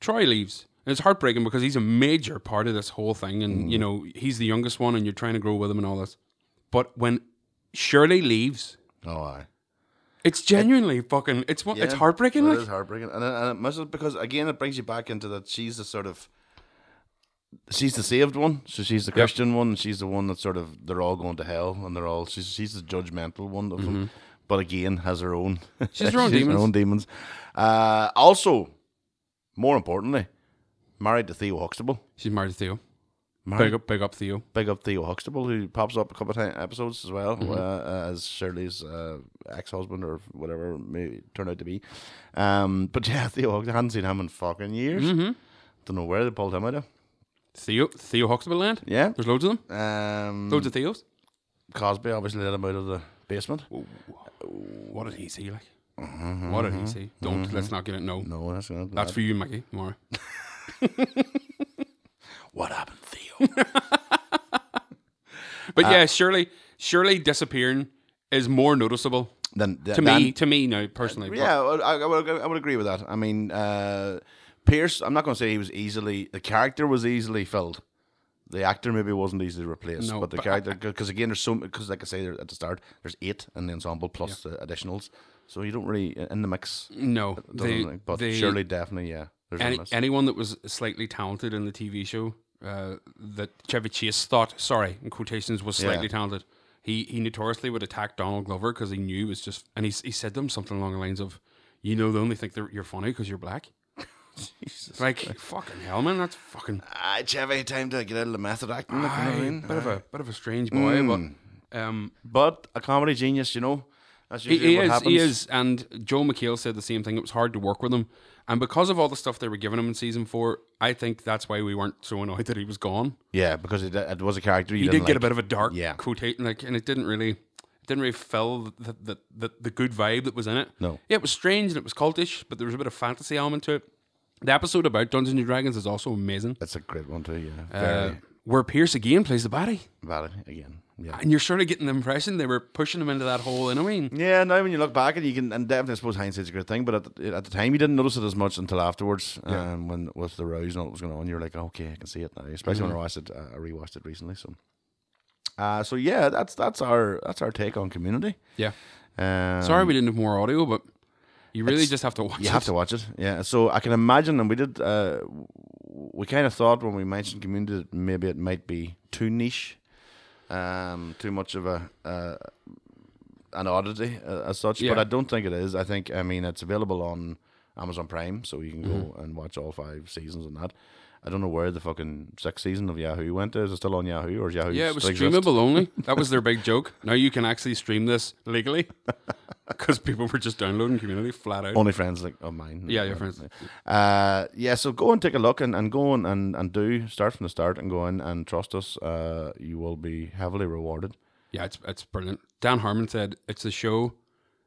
[SPEAKER 8] Troy leaves. And it's heartbreaking because he's a major part of this whole thing. And,
[SPEAKER 7] Mm.
[SPEAKER 8] you know, he's the youngest one and you're trying to grow with him and all this. But when Shirley leaves,
[SPEAKER 7] Oh, aye.
[SPEAKER 8] it's genuinely fucking, it's one- it's heartbreaking.
[SPEAKER 7] It
[SPEAKER 8] Like,
[SPEAKER 7] is heartbreaking, and it, and it must because again it brings you back into that she's the sort of she's the saved one, so she's the Christian one, and she's the one that sort of they're all going to hell, and they're all she's she's the judgmental one of them, but again has her own
[SPEAKER 8] Mm-hmm. She's her own demons.
[SPEAKER 7] demons. Uh, also, more importantly, married to Theo Huxtable.
[SPEAKER 8] she's married to Theo.
[SPEAKER 7] Married,
[SPEAKER 8] Big up, big up Theo.
[SPEAKER 7] big up Theo Huxtable, who pops up a couple of ti- episodes as well, uh, as Shirley's uh, ex husband or whatever it may turn out to be. Um, but yeah, Theo Huxtable, I hadn't seen him in fucking years. Don't know where they pulled him out of.
[SPEAKER 8] Theo, Theo Huxtable Land.
[SPEAKER 7] Yeah.
[SPEAKER 8] There's loads of them.
[SPEAKER 7] Um,
[SPEAKER 8] Loads of Theos.
[SPEAKER 7] Cosby obviously let him out of the basement.
[SPEAKER 8] What did he see like? What did he see? Don't, let's not get it. No.
[SPEAKER 7] Mm-hmm, No, that's not
[SPEAKER 8] That's for you, Mickey. Tomorrow.
[SPEAKER 7] what happened, Theo.
[SPEAKER 8] But
[SPEAKER 7] Uh,
[SPEAKER 8] yeah, Shirley, Shirley disappearing is more noticeable
[SPEAKER 7] then, then
[SPEAKER 8] to me, to me now, personally. but-
[SPEAKER 7] Uh, Yeah, well, I, I, would, I would agree with that. I mean, uh, Pierce, I'm not going to say he was easily, the character was easily filled. The actor maybe wasn't easily replaced,
[SPEAKER 8] No,
[SPEAKER 7] but the
[SPEAKER 8] but
[SPEAKER 7] character, because again, there's so, because like I say there at the start, there's eight in the ensemble plus the additionals. So you don't really, in the mix,
[SPEAKER 8] No,
[SPEAKER 7] doesn't
[SPEAKER 8] they-
[SPEAKER 7] think, but
[SPEAKER 8] they-
[SPEAKER 7] surely, definitely, yeah. There's
[SPEAKER 8] Any,
[SPEAKER 7] a miss.
[SPEAKER 8] anyone that was slightly talented in the TV show uh, that Chevy Chase thought, sorry, in quotations, was slightly
[SPEAKER 7] Yeah.
[SPEAKER 8] talented. He he notoriously would attack Donald Glover because he knew it was just, and he s- he said to him something along the lines of, "You know, they only think that you're funny because you're black." like fucking hell, man, that's fucking
[SPEAKER 7] Ah, Chevy, time to get out of the method acting. like, you know what I Hmm.
[SPEAKER 8] aye,
[SPEAKER 7] mean?
[SPEAKER 8] bit of a bit of a strange boy, but um,
[SPEAKER 7] But a comedy genius, you know. That's
[SPEAKER 8] He,
[SPEAKER 7] usually
[SPEAKER 8] he
[SPEAKER 7] what
[SPEAKER 8] is,
[SPEAKER 7] happens.
[SPEAKER 8] he is, and Joe McHale said the same thing. It was hard to work with him, and because of all the stuff they were giving him in season four, I think that's why we weren't so annoyed that he was gone.
[SPEAKER 7] Yeah, because it, it was a character you
[SPEAKER 8] He did
[SPEAKER 7] didn't
[SPEAKER 8] get a
[SPEAKER 7] like.
[SPEAKER 8] bit of a dark
[SPEAKER 7] Yeah.
[SPEAKER 8] quotation, like, and it didn't really, it didn't really fill the the, the the good vibe that was in it.
[SPEAKER 7] No.
[SPEAKER 8] yeah, it was strange and it was cultish, but there was a bit of fantasy element to it. The episode about Dungeons and Dragons is also amazing,
[SPEAKER 7] That's a great one, too, yeah.
[SPEAKER 8] uh,
[SPEAKER 7] Very
[SPEAKER 8] where Pierce again plays the baddie,
[SPEAKER 7] valid again. Yeah.
[SPEAKER 8] and you're sort of getting the impression they were pushing him into that hole. And I mean,
[SPEAKER 7] Yeah, now when you look back and you can, and definitely I suppose hindsight's a good thing, but at the, at the time you didn't notice it as much until afterwards. Um, when with the rows and all that was going on, you're like, okay, I can see it now. Especially when I watched it, uh, I rewatched it recently. So, uh, so yeah, that's that's our that's our take on Community.
[SPEAKER 8] yeah,
[SPEAKER 7] Um,
[SPEAKER 8] sorry we didn't have more audio, but. You really just have to watch.
[SPEAKER 7] you
[SPEAKER 8] it.
[SPEAKER 7] have to watch it. Yeah, so I can imagine, and we did. Uh, we kind of thought when we mentioned Community that maybe it might be too niche, um, too much of a uh, an oddity uh, as such. But
[SPEAKER 8] Yeah.
[SPEAKER 7] I don't think it is. I think I mean it's available on Amazon Prime, so you can
[SPEAKER 8] Mm-hmm.
[SPEAKER 7] go and watch all five seasons and that. I don't know where the fucking sixth season of Yahoo went. to. Is it still on Yahoo or is Yahoo?
[SPEAKER 8] Yeah, it was
[SPEAKER 7] still exist?
[SPEAKER 8] streamable only. That was their big joke. Now you can actually stream this legally because people were just downloading Community flat out.
[SPEAKER 7] Only friends like of mine.
[SPEAKER 8] Yeah, your friends.
[SPEAKER 7] Uh, yeah, so go and take a look and, and go on and, and do start from the start and go in and trust us. Uh, you will be heavily rewarded.
[SPEAKER 8] Yeah, it's it's brilliant. Dan Harmon said it's a show.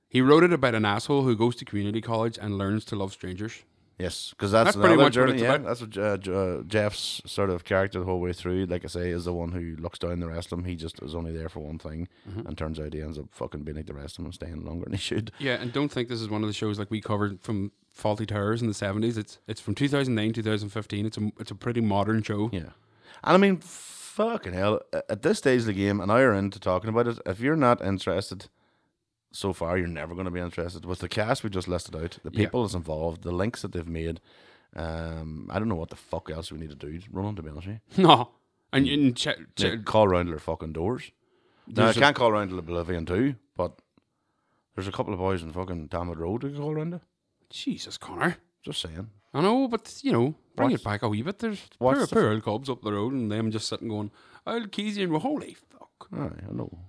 [SPEAKER 8] He wrote it about an asshole who goes to community college and learns to love strangers.
[SPEAKER 7] Yes, because that's,
[SPEAKER 8] That's pretty
[SPEAKER 7] another
[SPEAKER 8] much what
[SPEAKER 7] journey.
[SPEAKER 8] it's
[SPEAKER 7] yeah,
[SPEAKER 8] about.
[SPEAKER 7] that's what uh, J- uh, Jeff's sort of character the whole way through. Like I say, is the one who looks down the rest of them. He just is only there for one thing,
[SPEAKER 8] Mm-hmm.
[SPEAKER 7] and turns out he ends up fucking being like the rest of them and staying longer than he should.
[SPEAKER 8] Yeah, and don't think this is one of the shows like we covered from Faulty Towers in the seventies. It's it's from two thousand nine, two thousand fifteen. It's a it's a pretty modern show.
[SPEAKER 7] Yeah, and I mean, fucking hell! a- At this stage of the game, an hour into talking about it, if you're not interested so far, you're never going to be interested. With the cast we just listed out, the
[SPEAKER 8] Yeah.
[SPEAKER 7] people that's involved, the links that they've made. Um, I don't know what the fuck else we need to do. Ronan, to be honest with you.
[SPEAKER 8] No, and, and che- che-
[SPEAKER 7] Yeah, call round to their fucking doors. Now, I
[SPEAKER 8] There's a-
[SPEAKER 7] can't call round to Oblivion too, but there's a couple of boys in fucking Tamwood Road who can call round to.
[SPEAKER 8] Jesus Connor.
[SPEAKER 7] Just saying.
[SPEAKER 8] I know, but you know, bring
[SPEAKER 7] What's-
[SPEAKER 8] it back a wee bit. There's
[SPEAKER 7] what's
[SPEAKER 8] poor,
[SPEAKER 7] the-
[SPEAKER 8] poor old cobs up the road, and them just sitting going, "I'll keys you," and well, holy fuck.
[SPEAKER 7] Aye, I know.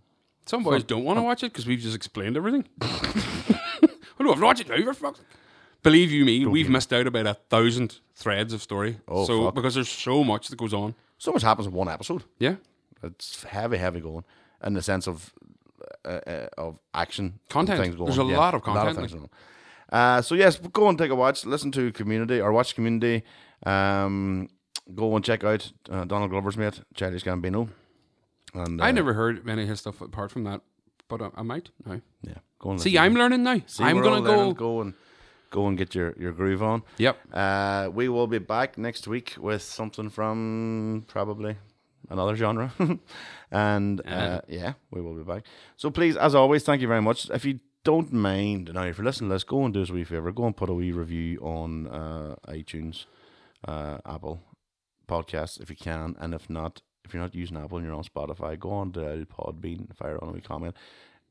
[SPEAKER 8] Some boys don't want to watch it because we've just explained everything. well, no, I've watched it now, for fuck's sake. Believe you me, we've missed out about a thousand threads of story.
[SPEAKER 7] Oh,
[SPEAKER 8] so
[SPEAKER 7] fuck.
[SPEAKER 8] because there's so much that goes on.
[SPEAKER 7] So much happens in one episode.
[SPEAKER 8] Yeah,
[SPEAKER 7] It's heavy, heavy going in the sense of uh, uh, of action and
[SPEAKER 8] Content.
[SPEAKER 7] Things going.
[SPEAKER 8] There's a
[SPEAKER 7] yeah,
[SPEAKER 8] lot of content,
[SPEAKER 7] things going on. Uh, so yes, go and take a watch. Listen to Community or watch Community. Um, go and check out uh, Donald Glover's mate, Childish Gambino. And uh,
[SPEAKER 8] I never heard any of his stuff apart from that, but I, I might now.
[SPEAKER 7] Yeah, go and
[SPEAKER 8] See,
[SPEAKER 7] listen.
[SPEAKER 8] I'm learning now.
[SPEAKER 7] See,
[SPEAKER 8] I'm
[SPEAKER 7] we're
[SPEAKER 8] gonna
[SPEAKER 7] all learning.
[SPEAKER 8] go.
[SPEAKER 7] go and go and get your, your groove on.
[SPEAKER 8] Yep.
[SPEAKER 7] Uh, we will be back next week with something from probably another genre, and uh, yeah, we will be back. So please, as always, thank you very much. If you don't mind, now if you're listening to this, go and do us a wee favor. Go and put a wee review on uh, iTunes, uh, Apple podcasts if you can, and if not, if you're not using Apple and you're on Spotify, go on to Podbean and fire on a wee comment.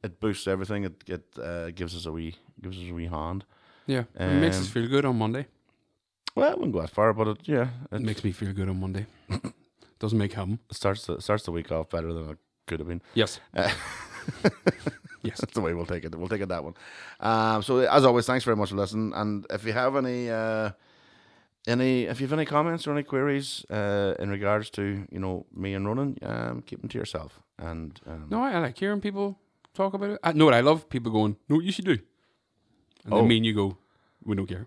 [SPEAKER 7] It boosts everything. It it uh, gives us a wee gives us a wee hand.
[SPEAKER 8] Yeah, it makes
[SPEAKER 7] Um,
[SPEAKER 8] us feel good on Monday.
[SPEAKER 7] Well, it wouldn't go as far, but it, yeah,
[SPEAKER 8] It
[SPEAKER 7] it
[SPEAKER 8] makes me feel good on Monday. Doesn't make him.
[SPEAKER 7] starts the, starts the week off better than it could have been.
[SPEAKER 8] Yes.
[SPEAKER 7] Yes, that's the way we'll take it. We'll take it that one. Um, so as always, thanks very much for listening. And if you have any uh, any if you have any comments or any queries uh, in regards to you know me and Ronan, um, keep them to yourself. And um,
[SPEAKER 8] No, I, I like hearing people talk about it. I know what I love people going, "No, what you should do," and
[SPEAKER 7] Oh.
[SPEAKER 8] then me and you go, "We don't care."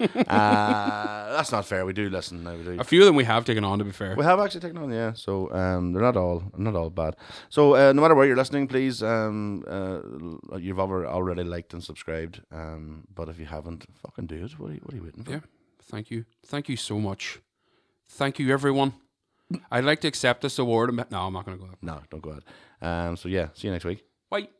[SPEAKER 7] uh, that's not fair. We do listen. Now we do.
[SPEAKER 8] A few of them we have taken on. To be fair,
[SPEAKER 7] We have actually taken on, yeah. So um, they're not all not all bad. So uh, no matter where you're listening, please, um, uh, l- you've alre- already liked and subscribed. Um, but if you haven't, fucking do it. What are you, what are you waiting for?
[SPEAKER 8] yeah. Thank you, thank you so much. Thank you, everyone. I'd like to accept this award. No, I'm not going to go. There.
[SPEAKER 7] No, don't go out. Um, so yeah, see you next week.
[SPEAKER 8] Bye.